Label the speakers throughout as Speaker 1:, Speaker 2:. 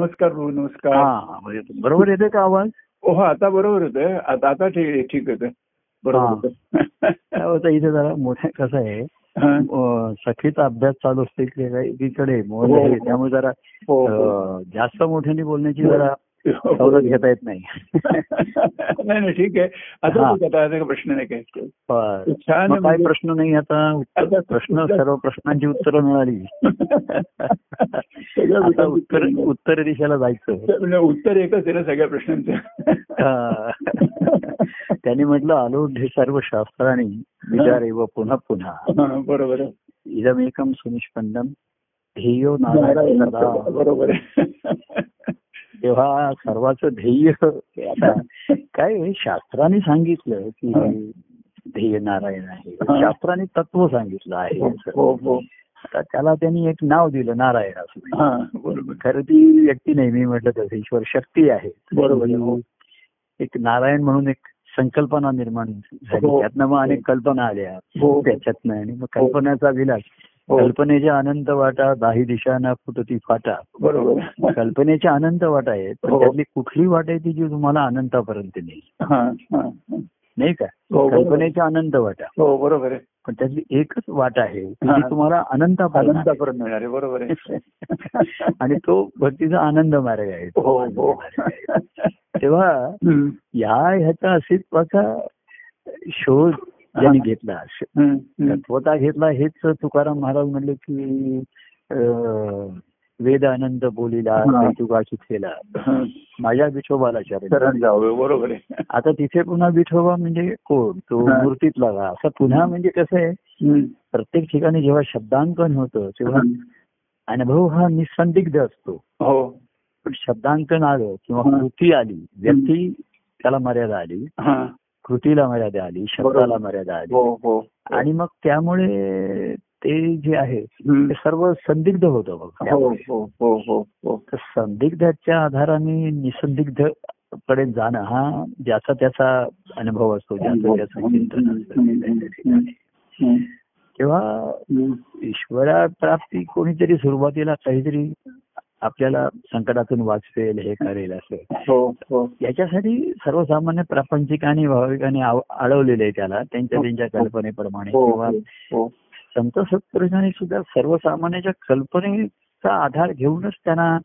Speaker 1: नमस्कार भाऊ नमस्कार
Speaker 2: हा म्हणजे बरोबर येते का आवाज
Speaker 1: हो आता बरोबर होतं आता आता ठीक ठीक होतं बरोबर
Speaker 2: काय होतं इथे जरा मोठ्या कसं आहे
Speaker 1: होतं.
Speaker 2: अं, सखीचा अभ्यास चालू असतो इकडे काही एकीकडे मोहन
Speaker 1: हो.
Speaker 2: झाले. त्यामुळे जरा
Speaker 1: हो, हो.
Speaker 2: अं, जास्त मोठ्याने बोलण्याची जरा सवलत घेता येत नाही
Speaker 1: नाही नाही ठीक आहे आता
Speaker 2: हा.
Speaker 1: ठीक आहे, आता काही प्रश्न नाही काय
Speaker 2: बरं.
Speaker 1: छान
Speaker 2: मग काय
Speaker 1: म्हणजे-
Speaker 2: प्रश्न नाही आता
Speaker 1: आता
Speaker 2: उत्तर प्रश्न
Speaker 1: उत्तर-
Speaker 2: सर्व प्रश्नांची उत्तरं मिळाली
Speaker 1: सगळ्या
Speaker 2: आता उत्तर
Speaker 1: प्रश्नांची-
Speaker 2: उत्तर दिशेला जायचं
Speaker 1: म्हणजे उत्तर एकच आहे ना सगळ्या प्रश्नांचं
Speaker 2: हा. त्यांनी म्हटलं आलोढे सर्व शास्त्राने विचारे व पुन्हा पुन्हा
Speaker 1: हा, बरोबर आहे.
Speaker 2: इदमेकम सुनिष्पंदम ध्येयो नारायण सदा.
Speaker 1: बरोबर आहे.
Speaker 2: तेव्हा सर्वाचं ध्येय हे आता काय आहे, शास्त्राने सांगितलं की
Speaker 1: हा.
Speaker 2: ध्येय नारायण आहे
Speaker 1: हा.
Speaker 2: शास्त्राने तत्व सांगितलं आहे असं.
Speaker 1: हो हो
Speaker 2: आता त्याला त्यांनी एक नाव दिलं नारायण असं
Speaker 1: हा बरोबर
Speaker 2: खरं ती व्यक्ती नाही मी म्हटलं तसं ईश्वर शक्ती आहे
Speaker 1: बरोबर आहे, हो.
Speaker 2: एक नारायण म्हणून एक संकल्पना निर्माण झाली
Speaker 1: हो.
Speaker 2: त्यातनं मग अनेक कल्पना आल्या
Speaker 1: हो
Speaker 2: त्याच्यातनं आणि मग
Speaker 1: हो.
Speaker 2: कल्पनाचा विलास
Speaker 1: हो.
Speaker 2: कल्पनेच्या अनंत वाटा दाही दिशाना फुटती फाटा
Speaker 1: बरोबर
Speaker 2: कल्पनेच्या अनंत वाटा आहेत पण
Speaker 1: हो.
Speaker 2: त्यातली कुठली वाट आहे ती जी तुम्हाला अनंतापर्यंत नेईल
Speaker 1: हा हा
Speaker 2: नाही का
Speaker 1: हो, बरोबर.
Speaker 2: कल्पनेच्या अनंत वाटा
Speaker 1: हो बरोबर आहे
Speaker 2: पण त्यातली एकच वाट आहे ती
Speaker 1: हा.
Speaker 2: जी तुम्हाला अनंतापर्यंत आहे.
Speaker 1: आनंदापर्यंत मिळणार आहे बरोबर आहे
Speaker 2: आणि तो भक्तीचा आनंद मार्ग आहे तो
Speaker 1: हो
Speaker 2: आनंद
Speaker 1: हो
Speaker 2: मार्ग आहे. तेव्हा
Speaker 1: हम्म,
Speaker 2: ह्या ह्याचा अस्तित्वाचा शोध ज्यांनी घेतला
Speaker 1: हम्म, हम्म.
Speaker 2: तत्वता घेतला हेच तुकाराम महाराज म्हणले की अं, वेद अनंत बोलिला
Speaker 1: हा.
Speaker 2: तुका शिकलेला
Speaker 1: हं,
Speaker 2: माझ्या विठोबाला शरण
Speaker 1: शरण जावं बरोबर आहे
Speaker 2: आता तिथे पुन्हा विठोबा म्हणजे कोण तो
Speaker 1: हा.
Speaker 2: मूर्तीतला का असं पुन्हा म्हणजे कसं आहे
Speaker 1: हम्म,
Speaker 2: प्रत्येक ठिकाणी जेव्हा शब्दांकन होतं तेव्हा
Speaker 1: हं.
Speaker 2: अनुभव हा निसंदिग्ध असतो
Speaker 1: हो
Speaker 2: पण शब्दांकन आलं किंवा
Speaker 1: हा.
Speaker 2: कृती आली व्यक्ती त्याला मर्यादा आली
Speaker 1: हा
Speaker 2: कृतीला मर्यादा आली शब्दाला मर्यादा आली
Speaker 1: हो हो
Speaker 2: आणि मग त्यामुळे ते जे आहे ते
Speaker 1: हम्म.
Speaker 2: सर्व संदिग्ध होतं बघ
Speaker 1: हो
Speaker 2: त्यामुळे.
Speaker 1: हो हो हो हो
Speaker 2: तर संदिग्धाच्या आधाराने निसंदिग्ध कडे जाणं हा ज्याचा त्याचा अनुभव असतो
Speaker 1: हो,
Speaker 2: ज्याचा त्याचं चिंतन असतं
Speaker 1: हं,
Speaker 2: तेव्हा
Speaker 1: हं.
Speaker 2: ईश्वरा प्राप्ती कोणीतरी सुरुवातीला काहीतरी आपल्याला संकटातून वाचवेल हे करेल असं
Speaker 1: हो हो
Speaker 2: याच्यासाठी सर्वसामान्य प्रापंचिकांनी भाविकांनी आव- अडवलेलं आहे त्याला त्यांच्या त्यांच्या कल्पनेप्रमाणे
Speaker 1: हो
Speaker 2: किंवा
Speaker 1: हो, हो
Speaker 2: संत सत्पुरुषांनी सुद्धा सर्वसामान्याच्या कल्पनेचा आधार घेऊनच त्यांना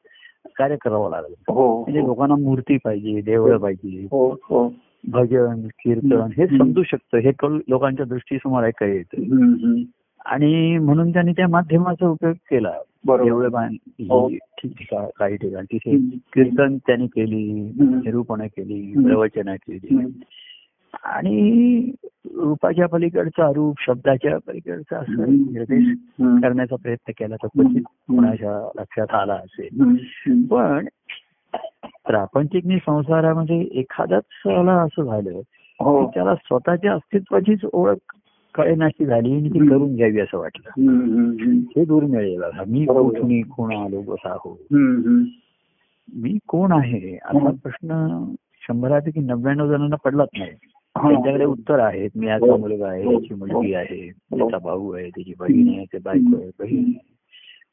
Speaker 2: कार्य करावं लागलं
Speaker 1: हो
Speaker 2: म्हणजे लोकांना मूर्ती पाहिजे देवळं पाहिजे
Speaker 1: हो हो
Speaker 2: भजन कीर्तन हे समजू शकतं हे कल- लोकांच्या दृष्टीसमोर ऐकायला येतं
Speaker 1: हं, हं.
Speaker 2: आणि म्हणून त्यांनी त्या माध्यमाचा उपयोग केला
Speaker 1: बरोबर
Speaker 2: देवळं बांध-
Speaker 1: हो.
Speaker 2: ही ठिकठिका- काही ठिकाणी तिथे
Speaker 1: हं.
Speaker 2: कीर्तन त्यांनी केली
Speaker 1: हं.
Speaker 2: निरूपणं केली
Speaker 1: हं.
Speaker 2: प्रवचनं केली
Speaker 1: हं,
Speaker 2: आणि रूपाच्या पलीकडचा रूप शब्दाच्या पलीकडचा असं निर्देश
Speaker 1: हं.
Speaker 2: करण्याचा प्रयत्न केला तर क्वचित कोणाच्या लक्षात आला असेल
Speaker 1: हं, हं.
Speaker 2: पण प्रापंचिकनी संसारामध्ये एखादाच आला असं झालं की
Speaker 1: हो
Speaker 2: त्याला स्वतःच्या अस्तित्वाचीच ओळख कळेनाशी झाली आणि ती
Speaker 1: हं.
Speaker 2: करून घ्यावी असं वाटलं
Speaker 1: हं, हं, हं.
Speaker 2: हे दुर्मिळ आहे बघा मी
Speaker 1: बरोबर.
Speaker 2: कोण मी कोण आलो कसा हो
Speaker 1: हं, हं.
Speaker 2: मी कोण आहे असा
Speaker 1: हं.
Speaker 2: प्रश्न शंभरापैकी नव्याण्णव जणांना पडलाच नाही
Speaker 1: हा.
Speaker 2: त्यांच्याकडे उत्तर आहेत मी याचा
Speaker 1: हो.
Speaker 2: मुलगा आहे
Speaker 1: हो.
Speaker 2: याची मुलगी आहे त्याचा भाऊ आहे त्याची बहीण आहे ते बायको आहे बहीण आहे.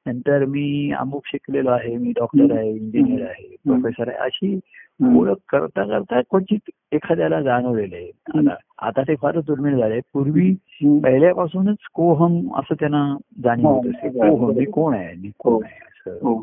Speaker 2: नंतर मी अमुक शिकलेलो आहे मी डॉक्टर आहे इंजिनियर आहे
Speaker 1: हं.
Speaker 2: प्रोफेसर आहे अशी
Speaker 1: हं.
Speaker 2: ओळख करता करता क्वचित एखाद्याला जाणवलेलं आहे आता- आता ते फारच दुर्मिळ झाले पूर्वी
Speaker 1: हं.
Speaker 2: पहिल्यापासूनच कोहम असं त्यांना जाणीव होत असे
Speaker 1: हो, हो.
Speaker 2: कोहम मी कोण आहे मी कोण आहे असं
Speaker 1: हो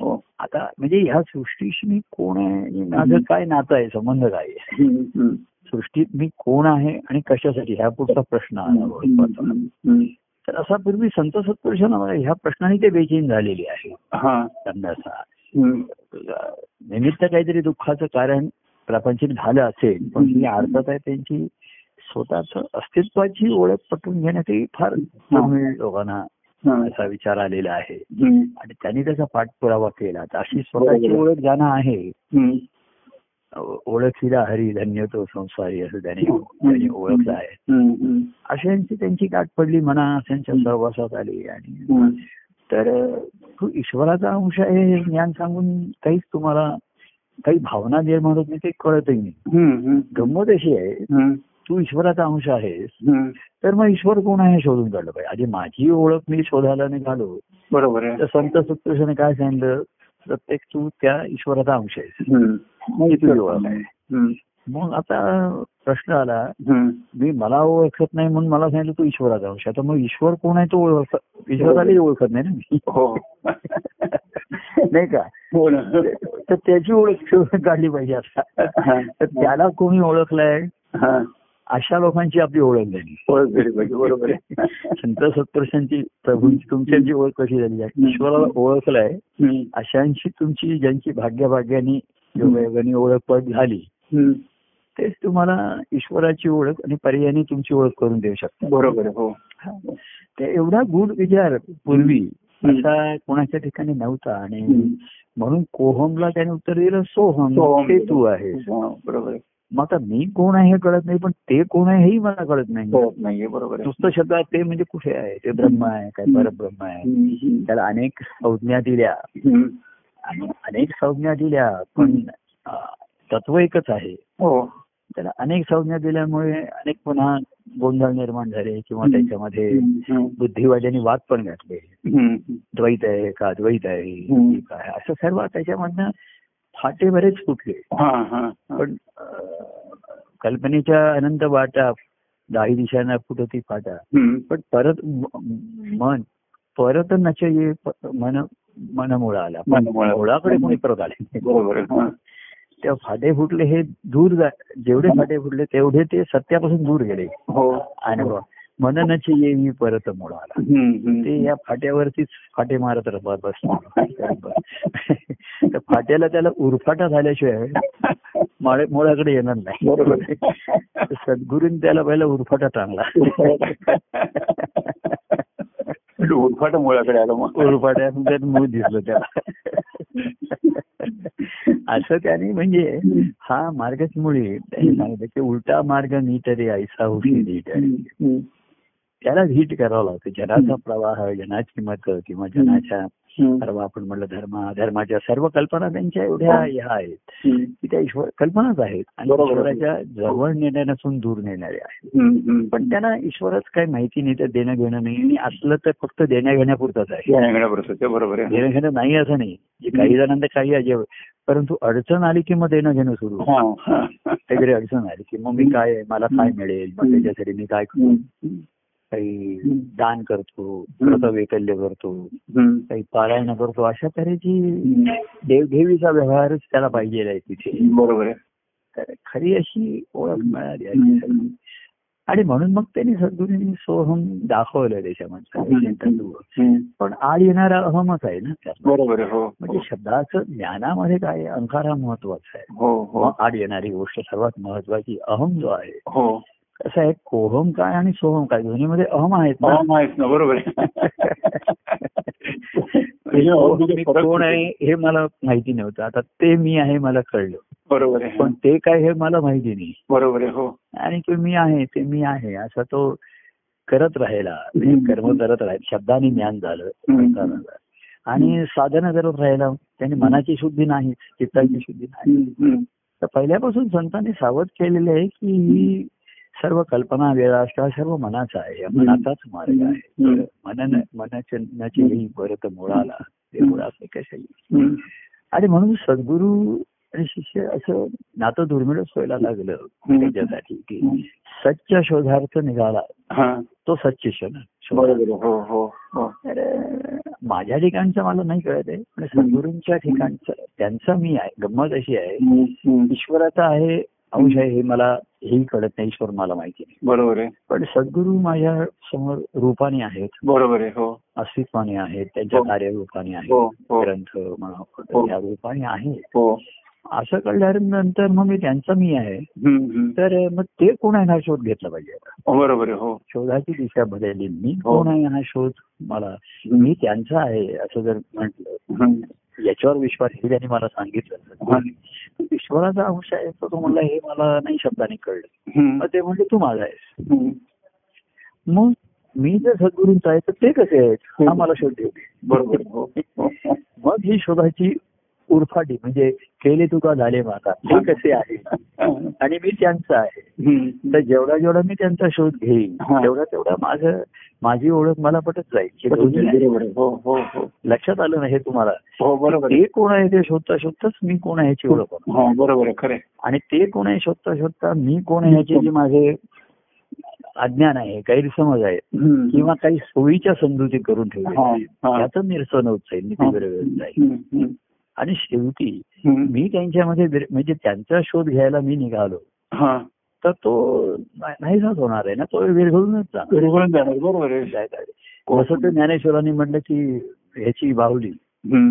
Speaker 1: हो
Speaker 2: आता म्हणजे ह्या सृष्टीशी मी कोण आहे आणि माझं काय नातं आहे संबंध काय आहे
Speaker 1: हं, हं.
Speaker 2: सृष्टीत मी कोण आहे आणि कशासाठी ह्या पुढचा प्रश्न आला महत्वाचा
Speaker 1: हं, हं.
Speaker 2: तर असा पूर्वी संत सत्पुरुषांना मला ह्या प्रश्नाने ते बेचैन झालेले आहे
Speaker 1: हा.
Speaker 2: त्यांना असा
Speaker 1: हं.
Speaker 2: अं, निमित्त काहीतरी दुःखाचं कारण प्रापंचिक झालं असेल पण ही अर्थात आहे त्यांची स्वतःच अस्तित्वाची ओळख पटवून घेण्यासाठी फार दुर्मिळ लोकांना
Speaker 1: हा.
Speaker 2: असा विचार आलेला आहे
Speaker 1: हं.
Speaker 2: आणि त्यांनी त्याचा पाठपुरावा केला तर अशी स्वतःची ओळख ज्यांना आहे
Speaker 1: हं.
Speaker 2: ओळखीला हरी धन्य तो संसारी असं त्यांनी
Speaker 1: हो,
Speaker 2: त्यांनी ओळखलं आहे
Speaker 1: हं, हं.
Speaker 2: अशांची त्यांची गाठ पडली म्हणा अशांच्या सहवासात आली आणि
Speaker 1: हं.
Speaker 2: तर तो ईश्वराचा अंश आहे हे ज्ञान सांगून काहीच तुम्हाला काही भावना निर्माण होत नाही ते कळतही नाही
Speaker 1: हं, हं.
Speaker 2: गंमत अशी आहे
Speaker 1: हं,
Speaker 2: तू ईश्वराचा अंश आहेस
Speaker 1: हं.
Speaker 2: तर मग ईश्वर कोण आहे हे शोधून काढलं पाहिजे आधी माझी ओळख मी शोधायला निघालो
Speaker 1: बरोबर
Speaker 2: तर
Speaker 1: आहे
Speaker 2: संत सत्पुरुषाने काय सांगितलं प्रत्येक तू त्या ईश्वराचा अंश आहेस
Speaker 1: हम्म.
Speaker 2: ही तुझी ओळख आहे
Speaker 1: हम्म.
Speaker 2: मग आता प्रश्न आला
Speaker 1: हम्म.
Speaker 2: मी मला ओळखत नाही म्हणून मला सांगितलं तू ईश्वराचा अंश आहे. आता मग ईश्वर कोण आहे तो ओळख ईश्वरालाही ओळखत नाही ना मी
Speaker 1: हो
Speaker 2: नाही का
Speaker 1: हो ना
Speaker 2: तर त्याची ओळख शोधून काढली पाहिजे
Speaker 1: हा.
Speaker 2: आता तर त्याला कोणी ओळखलाय
Speaker 1: हा.
Speaker 2: अशा लोकांची आपली ओळख झाली
Speaker 1: ओळख झाली पाहिजे बरोबर आहे
Speaker 2: संत सत्पुरुषांची प्रभूंची तुमच्याची ओळख कशी झाली आहे? ईश्वराला ओळखलाय
Speaker 1: हम्म.
Speaker 2: अशांशी तुमची ज्यांची भाग्यभाग्याने योगायोगाने ओळखपट झाली
Speaker 1: हम्म.
Speaker 2: तेच तुम्हाला ईश्वराची ओळख आणि पर्यायाने तुमची ओळख करून देऊ शकतात
Speaker 1: बरोबर आहे हो
Speaker 2: हा. ते एवढा गुढ विचार पूर्वी
Speaker 1: हम्म.
Speaker 2: असा कोणाच्या ठिकाणी नव्हता आणि
Speaker 1: हम्म.
Speaker 2: म्हणून कोहमला त्याने उत्तर दिलं सोहम
Speaker 1: सोहम.
Speaker 2: ते तू आहे
Speaker 1: हा, हो, बरोबर आहे.
Speaker 2: मग आता मी कोण आहे हे कळत नाही पण ते कोण आहे हेही मला कळत नाही
Speaker 1: कळत हो, नाहीये बरोबर आहे
Speaker 2: नुसतं शब्द ते म्हणजे कुठे आहे ते ब्रह्म आहे काय परब्रह्म आहे
Speaker 1: हम्म.
Speaker 2: त्याला अनेक संज्ञा दिल्या
Speaker 1: हम्म.
Speaker 2: आणि अनेक संज्ञा दिल्या पण अं, तत्व एकच आहे
Speaker 1: हो
Speaker 2: त्याला अनेक संज्ञा दिल्यामुळे अनेक पुन्हा गोंधळ निर्माण झाले किंवा
Speaker 1: हम्म.
Speaker 2: त्याच्यामध्ये
Speaker 1: हम्म.
Speaker 2: बुद्धिवाद्यांनी वाद पण घातले
Speaker 1: हम्म.
Speaker 2: द्वैत आहे का द्वैत आहे
Speaker 1: हम्म.
Speaker 2: एक आहे. असं सर्व त्याच्यामधनं फाटे बरेच फुटले
Speaker 1: हा हा हा.
Speaker 2: पण अं, कल्पनेच्या अनंत वाटा दाही दिशांना फुटती फाटा
Speaker 1: हम्म.
Speaker 2: पण परत म- मन परत नच ये प- मन मनमुळा आला पण
Speaker 1: मनमुळा.
Speaker 2: मुळाकडे कोणी परत आले
Speaker 1: बरोबर आहे हा.
Speaker 2: त्या फाटे फुटले हे दूर जा- जेवढे फाटे फुटले तेवढे ते सत्यापासून दूर गेले
Speaker 1: हो
Speaker 2: अनुभव मननच ये मी परत मुळा आला
Speaker 1: हम्म. हम्म.
Speaker 2: ते या फाट्यावरतीच फाटे मारत राहतात बस त्या फाट्याला त्याला उरफाटा झाल्याशिवाय माळे- मुळाकडे येणार नाही
Speaker 1: बरोबर आहे.
Speaker 2: सद्गुरूंनी त्याला पहिला उरफाटा टांगला
Speaker 1: पण उरफाट मुळाकडे आलो मग
Speaker 2: उरफाट्यातून त्यात मूळ दिसलं त्याला असं त्याने म्हणजे हा मार्गच मुळी त्याने सांगितलं की उलटा मार्ग नीट रे ऐसा होशी नीट रे.
Speaker 1: हम्म.
Speaker 2: त्याला हिट करावं लागतं जनाचा प्रवाह जनाची मत किंवा जनाच्या
Speaker 1: हम्म.
Speaker 2: सर्व आपण म्हटलं धर्म धर्माच्या सर्व कल्पना त्यांच्या एवढ्या ह्या आहेत
Speaker 1: हम्म.
Speaker 2: की त्या ईश्वर कल्पनाच आहेत आणि
Speaker 1: हो. बरोबर.
Speaker 2: ईश्वराच्या जवळ नेण्या नसून दूर नेणाऱ्या आहेत
Speaker 1: हम्म. हम्म.
Speaker 2: पण त्यांना ईश्वरच काही माहिती नाही तर देणं घेणं नाही आणि असलं तर फक्त देण्या घेण्यापुरतंच आहे
Speaker 1: या रंगडा बरोबर आहे. बरोबर आहे
Speaker 2: देणं घेणं नाही असं नाही जे काही जणांना काही अजब परंतु अडचण आली की मग देणं घेणं सुरू होतं.
Speaker 1: हा हा.
Speaker 2: काहीतरी अडचण आली की मग मी काय आहे, मला काय मिळेल मग त्याच्यासाठी मी काय करू?
Speaker 1: हम्म.
Speaker 2: काही दान करतो व्रतवैकल्य करतो
Speaker 1: हम्म.
Speaker 2: काही पारायण करतो अशा तऱ्हेची
Speaker 1: हम्म.
Speaker 2: देवघेवीचा व्यवहारच त्याला पाहिजे आहे तिथे
Speaker 1: बरोबर आहे
Speaker 2: तर खरी अशी ओळख मिळाली
Speaker 1: हम्म.
Speaker 2: आहे. आणि म्हणून मग त्यांनी सद्गुरूंनी सोहम दाखवलं त्याच्यामध्ये
Speaker 1: हम्म.
Speaker 2: तत्व.
Speaker 1: हम्म.
Speaker 2: पण आड येणारा अहमच आहे ना त्यात
Speaker 1: बरोबर आहे हो
Speaker 2: म्हणजे शब्दाचं ज्ञानामध्ये काय आहे? अंकार हा महत्वाचा आहे
Speaker 1: हो हो
Speaker 2: मग आड येणारी गोष्ट सर्वात महत्वाची अहम जो आहे
Speaker 1: हो
Speaker 2: कसं आहे कोहम काय आणि सोहम काय दोन्हीमध्ये अहम आहेत ना
Speaker 1: मला माहित ना बरोबर आहे म्हणजे अहम
Speaker 2: मी कोण आहे हे मला माहिती नव्हतं आता ते मी आहे मला कळलं
Speaker 1: बरोबर आहे
Speaker 2: पण ते काय हे मला माहिती नाही
Speaker 1: बरोबर आहे हो
Speaker 2: आणि ते मी आहे ते मी आहे असा तो करत राहिला म्हणजे कर्म करत राहिला शब्दाने ज्ञान झालं संस्कार झाला. आणि साधना करत राहिला त्याने मनाची शुद्धी नाही चित्ताची शुद्धी नाही
Speaker 1: हम्म. हम्म.
Speaker 2: तर पहिल्यापासून संतांनी सावध केलेले आहे की ही सर्व कल्पना वेळा किंवा सर्व मनाचा आहे या मनाचाच मार्ग आहे
Speaker 1: हम्म.
Speaker 2: मनन मनाचे ही परत मुळाला ते मुळाचे कशाही
Speaker 1: हम्म.
Speaker 2: आणि म्हणून सद्गुरू आणि शिष्य असं नातं दुर्मिळच व्हायला लागलं त्याच्यासाठी की सच्च शोधार्थ निघाला
Speaker 1: हा
Speaker 2: तो सच्च शोध शोध.
Speaker 1: बरोबर आहे. हो हो हो
Speaker 2: तर अं, माझ्या ठिकाणचं मला नाही कळत आहे पण सद्गुरूंच्या ठिकाणचं त्यांचा मी आहे गंमत अशी आहे
Speaker 1: हम्म. हम्म.
Speaker 2: ईश्वराचा आहे अंश आहे हे मला हेही कळत नाही ईश्वर मला माहिती नाही
Speaker 1: बरोबर आहे
Speaker 2: पण सद्गुरू माझ्या समोर रूपाने आहेत
Speaker 1: बरोबर आहे हो
Speaker 2: अस्तित्वाने आहेत त्यांच्या
Speaker 1: हो.
Speaker 2: कार्यरूपाने
Speaker 1: हो
Speaker 2: आहेत
Speaker 1: हो
Speaker 2: ग्रंथ म्हणा
Speaker 1: हो.
Speaker 2: आपण, या रूपाने आहेत
Speaker 1: हो
Speaker 2: असं कळल्यानंतर मग मी त्यांचा मी आहे
Speaker 1: हम्म. हम्म.
Speaker 2: तर मग ते कोण आहे हा शोध घेतला पाहिजे
Speaker 1: बरोबर आहे हो
Speaker 2: शोधाची दिशा बदलली मी
Speaker 1: हो.
Speaker 2: कोण आहे हा शोध मला मी त्यांचा आहे असं जर म्हटलं
Speaker 1: हम्म.
Speaker 2: याच्यावर विश्वास हे त्यांनी मला सांगितलं ईश्वराचा अंश आहे तर तो म्हणला हे मला नाही शब्दाने कळलं
Speaker 1: हम्म.
Speaker 2: मग ते म्हणले तू माझा आहेस
Speaker 1: हम्म.
Speaker 2: मग मी जर सद्गुरूंचा आहे तर ते कसे आहेत हा
Speaker 1: हम्म.
Speaker 2: मला शोध देऊ दे.
Speaker 1: बरोबर आहे. हो हो.
Speaker 2: मग ही शोधाची उरफाटी म्हणजे केले तुका झाले माता हे कसे आहे
Speaker 1: हं.
Speaker 2: आणि मी त्यांचा आहे
Speaker 1: हं.
Speaker 2: तर जेवढा जेवढा मी त्यांचा शोध घेईन
Speaker 1: हा.
Speaker 2: तेवढा तेवढा माझं माझी ओळख मला पटत जाईल हे दोन्ही आहे.
Speaker 1: बरोबर आहे. हो हो हो
Speaker 2: लक्षात आलं ना हे तुम्हाला
Speaker 1: हो बरोबर आहे.
Speaker 2: ते कोण आहे ते शोधता शोधताच मी कोण आहे याची ओळख होणार.
Speaker 1: हो बरोबर आहे खरे
Speaker 2: आणि ते कोण आहे शोधता शोधता मी कोण आहे याचे जे माझे अज्ञान आहे गैरसमज आहे किंवा काही सोयीच्या समजुती करून ठेवल्या त्याचं निरसन होत जाईल मी ते बरोबर जाईल आणि शेवटी मी त्यांच्यामध्ये विर- म्हणजे त्यांचा शोध घ्यायला मी निघालो तर तो ना- नाहीसाच होणार आहे ना तो विरघळूनच जाणार
Speaker 1: बरोबर जाणार बरोबर आहे
Speaker 2: जायचं आहे. जसं ते ज्ञानेश्वरांनी म्हटलं की ह्याची बाहुली
Speaker 1: हं.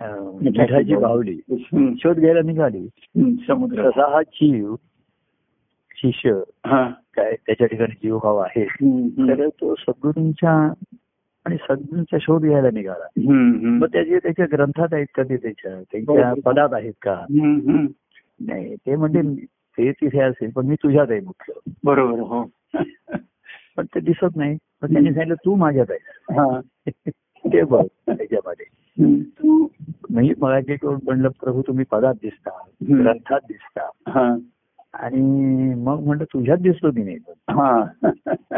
Speaker 2: अं, मिठाची बाहुली
Speaker 1: हं.
Speaker 2: शोध घ्यायला निघाली
Speaker 1: हं. समुद्र
Speaker 2: तसा हा जीव शिष्य
Speaker 1: हा.
Speaker 2: काय त्याच्या ठिकाणी जीव भाव आहे
Speaker 1: हं. हं.
Speaker 2: तर तो सद्गुरूंच्या आणि सद्गुरूंचा शोध घ्यायला निघाला
Speaker 1: हं. हं.
Speaker 2: मग त्याचे त्याच्या ग्रंथात आहेत का ते त्याच्या त्यांच्या
Speaker 1: बरोबर.
Speaker 2: पदात आहेत का
Speaker 1: हं. हं.
Speaker 2: नाही ते म्हणजे ते तिथे असेल पण मी तुझ्यात आहे मुख्य
Speaker 1: बरोबर हो
Speaker 2: पण ते दिसत नाही पण त्यांनी सांगितलं तू माझ्यात आहे
Speaker 1: हा.
Speaker 2: ते बघ त्याच्यामध्ये
Speaker 1: हं.
Speaker 2: तू म्हणजे मला जे कोण म्हणलं प्रभू तुम्ही पदात दिसता
Speaker 1: हं.
Speaker 2: ग्रंथात दिसता
Speaker 1: हा.
Speaker 2: आणि मग म्हणलं तुझ्यात दिसतो की नाही
Speaker 1: हा.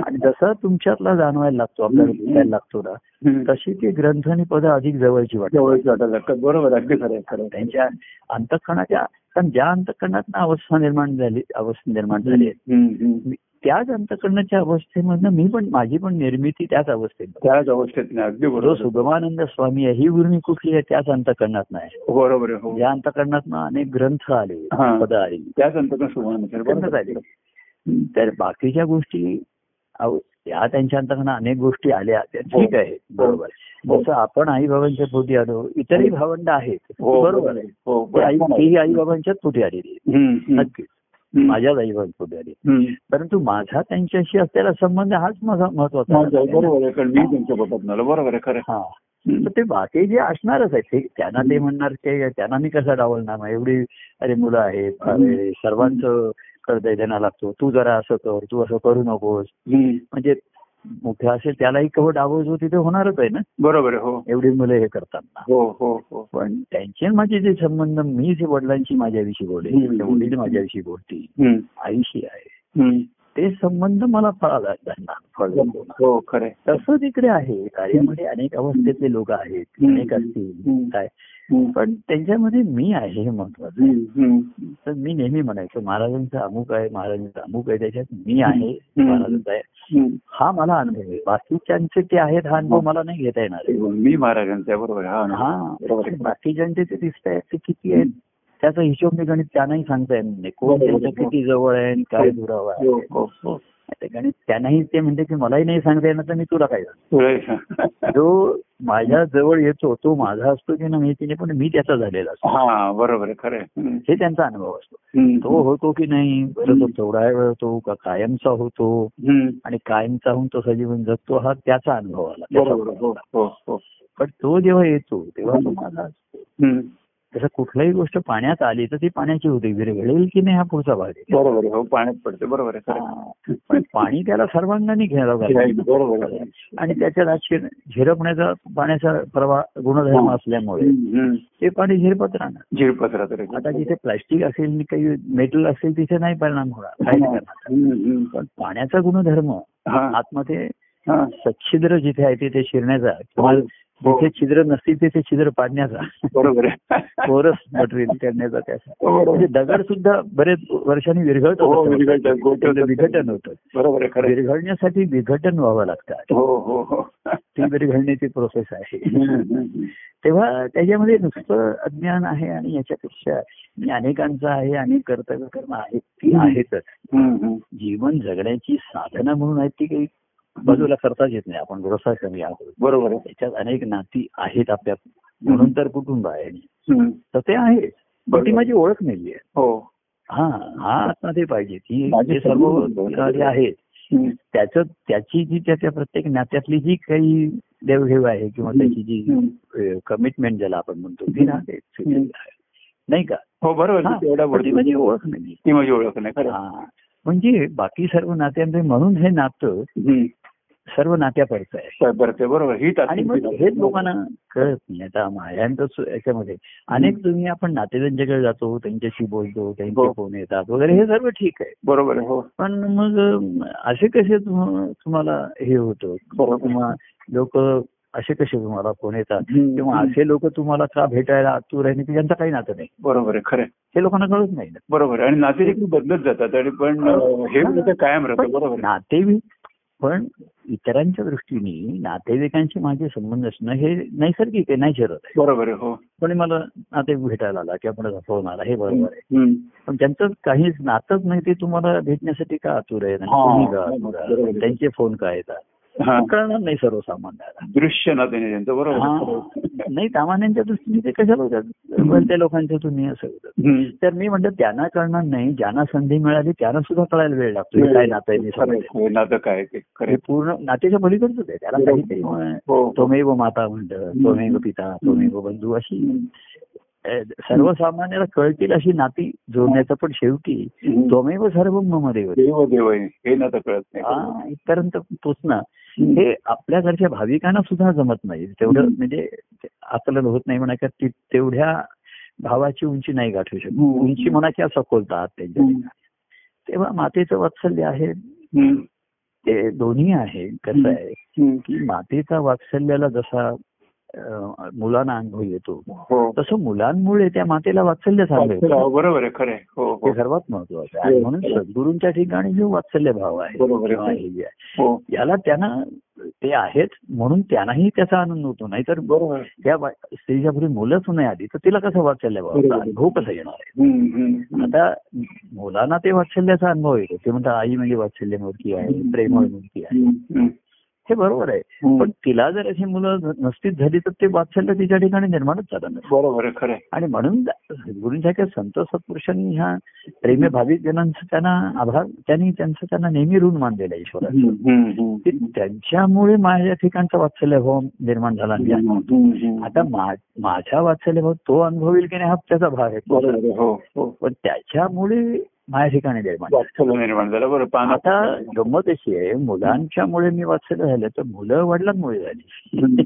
Speaker 2: आणि जसा तुमच्यातला जाणवायला लागतो आपल्याला
Speaker 1: हम्म.
Speaker 2: दिसायला लागतो ना
Speaker 1: हं.
Speaker 2: तशी ती ग्रंथ आणि पदं अधिक जवळची वाटतात
Speaker 1: जवळच वाटायला लागतात बरोबर अगदी खरं आहे, खरं आहे.
Speaker 2: त्यांच्या अंतकरणाच्या कारण ज्या अंतकरणात अवस्था निर्माण झाली अवस्था निर्माण झाली आहे,
Speaker 1: हं. हं.
Speaker 2: त्याच अंतकरणाच्या अवस्थेमधनं मी पण माझी पण निर्मिती त्याच अवस्थेत
Speaker 1: त्याच अवस्थेत नाही अगदी
Speaker 2: जो
Speaker 1: बरोबर
Speaker 2: सुगमानंद स्वामी आहे ही उर्मी कुठली आहे त्याच अंतकरणात नाही
Speaker 1: बरोबर आहे, हो
Speaker 2: ज्या अंतकरणात अनेक ग्रंथ आले
Speaker 1: हा.
Speaker 2: पद आली
Speaker 1: त्याच अंतर्गत सुभान असेल,
Speaker 2: ग्रंथच
Speaker 1: बरोबर
Speaker 2: आले तर बाकीच्या गोष्टी अहो, या त्यांच्या अंतकरणात अनेक गोष्टी आल्या त्या
Speaker 1: हो.
Speaker 2: ठीक आहे बरोबर
Speaker 1: हो.
Speaker 2: जसं आपण आई बाबांच्या पोटी आलो इतरही भावंड आहेत
Speaker 1: हो
Speaker 2: बरोबर आहे
Speaker 1: हो
Speaker 2: ते आई
Speaker 1: बरोबर
Speaker 2: तेही आई बाबांच्याच पोटी आलेली आहेत.
Speaker 1: हम्म, हम्म,
Speaker 2: नक्कीच
Speaker 1: हम्म.
Speaker 2: माझ्याच आई बाबांच्या पोटी आली
Speaker 1: हम्म.
Speaker 2: परंतु माझा त्यांच्याशी असलेला संबंध हाच माझा महत्वाचा
Speaker 1: माझं आहे,
Speaker 2: आहे.
Speaker 1: बरोबर आहे कारण मी तुमच्या पोटात नालो बरोबर आहे खरं
Speaker 2: हा
Speaker 1: हम्म.
Speaker 2: तर ते बाकी जे असणारच आहेत ते- त्यांना ते म्हणणार की त्यांना मी कसा डावलणार मग एवढी अरे मुलं आहेत अरे सर्वांचं कर्ज देणं लागतो तू जरा असं कर तू असं करू नकोस
Speaker 1: हम्म.
Speaker 2: म्हणजे मोठा असेल त्यालाही कवड डावलतो तिथे होणारच आहे ना
Speaker 1: बरोबर आहे हो
Speaker 2: एवढी मुलं हे करताना
Speaker 1: हो हो हो
Speaker 2: पण त्यांचे आणि माझे जे संबंध मी जे वडिलांशी माझ्याविषयी बोले
Speaker 1: हम्म.
Speaker 2: ते वडील माझ्याविषयी बोलतील
Speaker 1: हम्म,
Speaker 2: आईशी आहे
Speaker 1: हम्म.
Speaker 2: ते संबंध मला फळाला जाणार फळ
Speaker 1: हो खरं आहे.
Speaker 2: तसं तिकडे आहे कार्यामध्ये अनेक अवस्थेतले लोक आहेत
Speaker 1: हम्म.
Speaker 2: अनेक असतील
Speaker 1: हम्म.
Speaker 2: काय
Speaker 1: हम्म,
Speaker 2: पण त्यांच्यामध्ये मी आहे हे महत्वाचं
Speaker 1: हम्म, हम्म.
Speaker 2: तर मी नेहमी म्हणायचो महाराजांचं अमुक आहे महाराजांचं अमुक आहे त्याच्यात मी आहे
Speaker 1: हम्म.
Speaker 2: महाराजांचा आहे
Speaker 1: हम्म.
Speaker 2: हा मला अनुभव आहे बाकीच्यांचे ते आहेत हा
Speaker 1: हो.
Speaker 2: अनुभव मला नाही घेता येणार आहे.
Speaker 1: मी महाराजांचा आहे, बरोबर आहे. हा ना.
Speaker 2: हा
Speaker 1: हो. बरोबर आहे.
Speaker 2: बाकीच्यांचे ते दिसत आहेत ते किती आहेत त्याचा हिशोब मी गणित त्यांनाही सांगता येत नाही कोण
Speaker 1: बरोबर.
Speaker 2: त्यांच्या किती जवळ आहे आणि काय दुरावा
Speaker 1: हो
Speaker 2: आहे
Speaker 1: हो हो
Speaker 2: ते गणित त्यांनाही ते म्हणते की मलाही नाही सांगता येणार तर मी तुला काय सांगणार?
Speaker 1: तुला-
Speaker 2: जो माझ्या जवळ येतो तो माझा असतो की ना माहिती नाही पण मी त्याचा झालेला असतो
Speaker 1: हा बरोबर आहे खरं आहे. हम्म.
Speaker 2: हे त्यांचा अनुभव असतो
Speaker 1: हम्म.
Speaker 2: तो होतो की नाही बरं तो तेवढा वेळ होतो का कायमचा होतो
Speaker 1: हम्म.
Speaker 2: आणि कायमचा होऊन तो सजीवन जगतो हा त्याचा अनुभव आला
Speaker 1: बरोबर आहे.
Speaker 2: त्याचा.
Speaker 1: हो हो हो
Speaker 2: पण तो जेव्हा येतो तेव्हा तो माझा असतो.
Speaker 1: हम्म.
Speaker 2: जसं कुठलाही गोष्ट पाण्यात आली तर ती पाण्याची होती विरघळेल की नाही हा पुढचा भाग आहे
Speaker 1: बरोबर आहे. हो पाण्यात पडते बरोबर आहे खरं आहे.
Speaker 2: हा. पण पाणी त्याला सर्वांगाने घ्यायला लागलं
Speaker 1: राईट, बरोबर आहे.
Speaker 2: आणि त्याच्यात आज शिर- झिरपण्याचा पाण्याचा प्रवाह गुणधर्म
Speaker 1: हा.
Speaker 2: असल्यामुळे
Speaker 1: हो. हम्म, हम्म.
Speaker 2: ते पाणी झिरपत राहणार
Speaker 1: झिरपत्रा तरी
Speaker 2: आता जिथे प्लास्टिक असेल आणि काही मेटल असेल तिथे नाही परिणाम होणार काही नाही करणार
Speaker 1: हम्म, हम्म.
Speaker 2: पण पाण्याचा गुणधर्म
Speaker 1: हो. हा,
Speaker 2: आतमध्ये
Speaker 1: हा.
Speaker 2: सच्छिद्र जिथे आहे तिथे शिरण्याचा किंवा
Speaker 1: हो,
Speaker 2: जिथे छिद्र नसतील तिथे छिद्र पाडण्याचा
Speaker 1: बरोबर आहे. हो,
Speaker 2: कोरस मटेरियल करण्याचा त्याचा
Speaker 1: बरोबर
Speaker 2: म्हणजे
Speaker 1: आहे.
Speaker 2: दगड सुद्धा बरेच वर्षांनी विरघळत
Speaker 1: हो,
Speaker 2: होतात.
Speaker 1: विरघळतात, गोठे होतात.
Speaker 2: त्याचं विघटन होतं
Speaker 1: बरोबर आहे खरं आहे.
Speaker 2: विरघळण्यासाठी विघटन व्हावं लागतं
Speaker 1: हो हो हो
Speaker 2: ती विरघळण्याची प्रोसेस आहे
Speaker 1: हम्म, हम्म.
Speaker 2: तेव्हा त्याच्यामध्ये नुसतं अज्ञान आहे आणि याच्यापेक्षा मी अनेकांचं आहे अनेक कर्तव्य कर्म आहेत ती आहेतच
Speaker 1: हम्म, हम्म.
Speaker 2: जीवन जगण्याची साधना म्हणून आहेत ती काही बाजूला करताच येत नाही आपण व्यवसाय कमी आहोत
Speaker 1: बरोबर आहे
Speaker 2: त्याच्यात अनेक नाती आहेत आपल्या म्हणून तर कुटुंब आहे
Speaker 1: हम्म.
Speaker 2: तर ते आहे पण ती
Speaker 1: बरोबर.
Speaker 2: माझी ओळख नाहीये
Speaker 1: हो
Speaker 2: हा हा आत्मा ते पाहिजे ती
Speaker 1: माझी
Speaker 2: जे सर्व
Speaker 1: सर्व ओळख.
Speaker 2: कार्य आहेत
Speaker 1: हम्म.
Speaker 2: त्याचं त्याची जी त्या त्या प्रत्येक नात्यातली जी काही देवघेव आहे किंवा त्याची
Speaker 1: हम्म.
Speaker 2: जी कमिटमेंट ज्याला आपण म्हणतो ती नाते नाही का
Speaker 1: हो बरोबर
Speaker 2: हा,
Speaker 1: आहे. तेवढा
Speaker 2: पण ती
Speaker 1: बोलतो.
Speaker 2: माझी ओळख नाही
Speaker 1: ती माझी ओळख नाही खरं आहे.
Speaker 2: हा. म्हणजे बाकी सर्व नात्यांमध्ये म्हणून हे नातं
Speaker 1: हम्म.
Speaker 2: सर्व नात्या पडत आहे
Speaker 1: पडते बरोबर ही
Speaker 2: आणि
Speaker 1: तात्पुरती
Speaker 2: मग
Speaker 1: गोष्ट.
Speaker 2: हेच लोकांना कळत नाही आता माझ्यांतच याच्यामध्ये अनेक तुम्ही आपण नातेवाईकांच्याकडे जातो त्यांच्याशी बोलतो त्यांचे
Speaker 1: हो.
Speaker 2: फोन येतात वगैरे हे सर्व ठीक आहे
Speaker 1: बरोबर आहे, हो
Speaker 2: पण मग अं, असे कसे तुम- तुम्हाला हे होतं
Speaker 1: बरोबर.
Speaker 2: किंवा लोक असे कसे तुम्हाला फोन येतात
Speaker 1: हम्म.
Speaker 2: किंवा असे लोक तुम्हाला का भेटायला आतुर आहे की ज्यांचं काही नातं नाही
Speaker 1: बरोबर आहे खरं आहे.
Speaker 2: हे लोकांना कळत नाही ना
Speaker 1: बरोबर आहे. आणि नाते देखील बदलत जातात आणि पण अं, हे नातं कायम राहतं
Speaker 2: पण
Speaker 1: बरोबर आहे.
Speaker 2: नातेवाईक पण इतरांच्या दृष्टीने नातेवाईकांशी माझे संबंध असणं हे नैसर्गिक आहे नॅचरल आहे
Speaker 1: बरोबर आहे हो
Speaker 2: कोणी मला नातेवाईक भेटायला आला किंवा कोणाचा फोन आला हे बरोबर आहे
Speaker 1: हम्म.
Speaker 2: पण त्यांचं काहीच नातंच नाही ते तुम्हाला भेटण्यासाठी का आतुर आहे
Speaker 1: हा.
Speaker 2: तुम्ही का आतुर
Speaker 1: बरोबर
Speaker 2: आहे?
Speaker 1: आहे.
Speaker 2: त्यांचे फोन का येतात
Speaker 1: हा.
Speaker 2: कळणार नाही सर्वसामान्याला
Speaker 1: दृश्य नाते नाही त्यांचं बरोबर आहे.
Speaker 2: हा. नाही सामान्यांच्या दृष्टीने ते कशाला होतात पण त्या लोकांच्या तुम्ही असं होतं
Speaker 1: हम्म.
Speaker 2: तर मी म्हणतो त्यांना कळणार नाही ज्यांना संधी मिळाली त्यांना सुद्धा कळायला वेळ लागतो हे काय नातं आहे हे
Speaker 1: खरं
Speaker 2: समजेल.
Speaker 1: आहे, खरं आहे. नातं काय आहे ते खरं
Speaker 2: हे
Speaker 1: आहे.
Speaker 2: पूर्ण नात्याच्या पलीकडच आहे त्याला काहीतरी म्हण.
Speaker 1: हो हो.
Speaker 2: त्वमेव माता म्हणतं त्वमेव पिता त्वमेव बंधू अशी अ, सर्वसामान्याला कळतील अशी नाती जोडण्याचा पण शेवटी
Speaker 1: हम्म.
Speaker 2: त्वमेव सर्व मम देव
Speaker 1: देव देव आहे हे नातं कळत नाही
Speaker 2: हा, इथपर्यंत पोचणं हे आपल्याकडच्या भाविकांना सुद्धा जमत नाही तेवढं
Speaker 1: हम्म.
Speaker 2: म्हणजे ते आकलन होत नाही म्हणा किंवा ती तेवढ्या भावाची उंची नाही गाठू शकत
Speaker 1: हम्म.
Speaker 2: उंची म्हणा किंवा सखोलतात त्यांच्या
Speaker 1: हम्म.
Speaker 2: तेव्हा मातेचं वात्सल्य आहे
Speaker 1: हम्म.
Speaker 2: ते दोन्ही आहे कसं आहे
Speaker 1: हम्म.
Speaker 2: की मातेचा वात्सल्याला जसा अ, मुलांना अनुभव येतो
Speaker 1: हो
Speaker 2: तसं मुलांमुळे त्या मातेला वात्सल्य
Speaker 1: वाचलं,
Speaker 2: सांगतो
Speaker 1: हो, बरोबर आहे खरं आहे. हो
Speaker 2: हे
Speaker 1: हो
Speaker 2: सर्वात महत्वाचं आहे आणि म्हणून सद्गुरूंच्या ठिकाणी जो वात्सल्य भाव आहे
Speaker 1: बरोबर आहे.
Speaker 2: किंवा हे जे आहे,
Speaker 1: हो
Speaker 2: याला त्यांना ते आहेत म्हणून त्यांनाही त्याचा आनंद होतो नाहीतर
Speaker 1: बरोबर
Speaker 2: त्या वा- स्त्रीच्या पुढे मुलंच नाही आली तर तिला कसं वात्सल्य भाव
Speaker 1: बरोबर.
Speaker 2: अनुभव कसा येणार आहे
Speaker 1: हम्म, हम्म.
Speaker 2: आता मुलांना ते वात्सल्याचा अनुभव येतो ते म्हणतात आई म्हणजे वात्सल्य मूर्ती आहे प्रेमळ मूर्ती आहे
Speaker 1: हम्म, हम्म.
Speaker 2: हे बरोबर आहे पण तिला जर अशी मुलं न- नसतीच झाली तर ते वात्सल्य तिच्या ठिकाणी निर्माणच झालं नाही
Speaker 1: बरोबर आहे खरं आहे.
Speaker 2: आणि म्हणून गुरुंसारख्या संत सत्पुरुषांनी ह्या प्रेमी भाविक जणांचा त्यांना आभार त्यांनी त्यांचं त्यांना नेहमी ऋण मानलेलं आहे ईश्वराचं
Speaker 1: हम्म, हम्म, हम्म.
Speaker 2: की त्यांच्यामुळे माझ्या ठिकाणचा वात्सल्यभाव निर्माण झाला आणि आहे.
Speaker 1: हम्म, हम्म.
Speaker 2: आता मा- माझा वात्सल्यभाव तो अनुभवेल की नाही हा त्याचा भाग
Speaker 1: बरोबर
Speaker 2: आहे
Speaker 1: आहे. हो हो
Speaker 2: पण त्याच्यामुळे माझ्या ठिकाणी निर्माण झाला.
Speaker 1: वाचलं निर्माण झालं बरं पाना
Speaker 2: आता गंमत अशी आहे मुलांच्यामुळे मी वाचलं झालं तर मुलं वडिलांमुळे झाली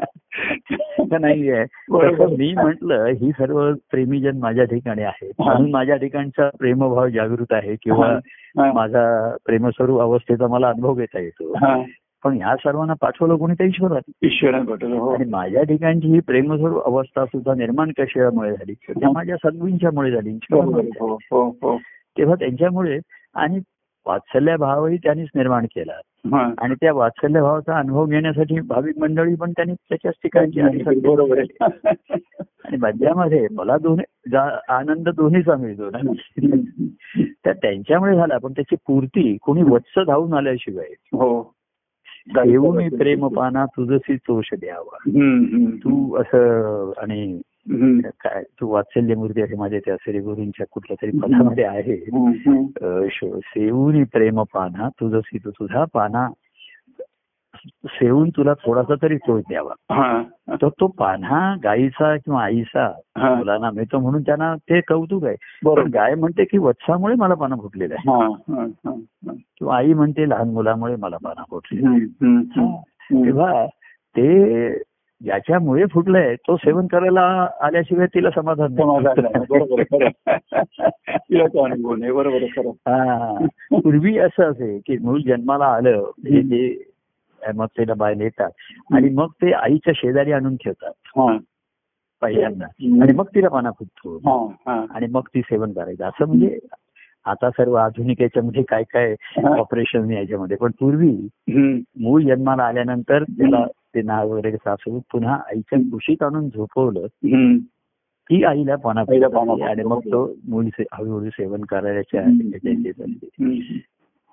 Speaker 2: असं नाहीये तसं मी म्हटलं ही सर्व प्रेमीजन माझ्या ठिकाणी आहेत म्हणून माझ्या ठिकाणचा प्रेमभाव जागृत आहे किंवा
Speaker 1: हा,
Speaker 2: माझा प्रेमस्वरूप अवस्थेचा मला अनुभव घेता येतो
Speaker 1: हा.
Speaker 2: पण ह्या सर्वांना पाठवलं कोणी त्या ईश्वरात
Speaker 1: ईश्वरानं पाठवलं हो
Speaker 2: आणि माझ्या ठिकाणची ही प्रेमस्वरूप अवस्था सुद्धा निर्माण कशामुळे झाली त्या माझ्या सद्गुंच्यामुळे झाली
Speaker 1: बरोबर
Speaker 2: ईश्वरामुळे
Speaker 1: आहे. हो हो हो
Speaker 2: तेव्हा त्यांच्यामुळे आणि वात्सल्य भावही त्यांनीच निर्माण केला
Speaker 1: हा.
Speaker 2: आणि त्या वात्सल्य भावाचा अनुभव घेण्यासाठी भाविक मंडळी पण त्यांनी त्याच्याच ठिकाणची आणि सध्या-
Speaker 1: बरोबर आहे
Speaker 2: आणि मध्यामध्ये मला दोन्ही जा- आनंद दोन्हीचा मिळतो ना तर त्यांच्यामुळे झाला पण त्याची पूर्ती कोणी वत्स धावून आल्याशिवाय
Speaker 1: हो
Speaker 2: येऊ मी प्रेम पाना तुझसी तोष द्यावा
Speaker 1: हम्म, हम्म.
Speaker 2: तू असं आणि
Speaker 1: हम्म,
Speaker 2: काय तू वात्सल्य मूर्ती असे माझ्या त्या श्री गुरूंच्या कुठल्या तरी पदामध्ये आहे
Speaker 1: हम्म, हम्म.
Speaker 2: अ, शो- सेऊनी प्रेम पाना तुझसी तू तुझा पाना सेवून तुला थोडासा तरी तोच द्यावा
Speaker 1: हा,
Speaker 2: तर तो पान्हा गाईचा किंवा आईचा
Speaker 1: हा.
Speaker 2: मुलांना मिळतो म्हणून त्यांना ते कौतुक आहे पण
Speaker 1: बरोबर
Speaker 2: गाय म्हणते की वत्सामुळे मला पानं फुटलेलं आहे
Speaker 1: हा, हा, हा, हा.
Speaker 2: किंवा आई म्हणते लहान मुलामुळे मला पानं फुटली
Speaker 1: हम्म, हम्म, हम्म. हम्म.
Speaker 2: तेव्हा ते ज्याच्यामुळे फुटलंय तो सेवन करायला आल्याशिवाय तिला समाधान
Speaker 1: समाधान नाही. बरोबर आहे,
Speaker 2: नाही.
Speaker 1: खरं आहे. तिला तो अनुभव नाही बरोबर आहे, खरं आहे.
Speaker 2: हा. पूर्वी असं असे की मूल जन्माला आलं हे जे अहमदसेला बाहेर येतात आणि मग ते आईच्या शेजारी आणून ठेवतात
Speaker 1: हा,
Speaker 2: पहिल्यांदा आणि मग तिला पाना फुटतो
Speaker 1: हा, हा.
Speaker 2: आणि मग ती सेवन करायचं असं म्हणजे आता सर्व आधुनिक याच्यामध्ये काय काय ऑपरेशन याच्यामध्ये पण पूर्वी
Speaker 1: हम्म.
Speaker 2: मूळ जन्माला आल्यानंतर त्याला ते नाव वगैरे सासू पुन्हा आईच्या कुशीत आणून झोपवलं
Speaker 1: हम्म.
Speaker 2: की आईला पाना
Speaker 1: आईला पाना
Speaker 2: पाहिजे आणि मग तो मूल से- हळूहळू सेवन करायच्या
Speaker 1: हम्म.
Speaker 2: त्याचे बनले.
Speaker 1: हम्म.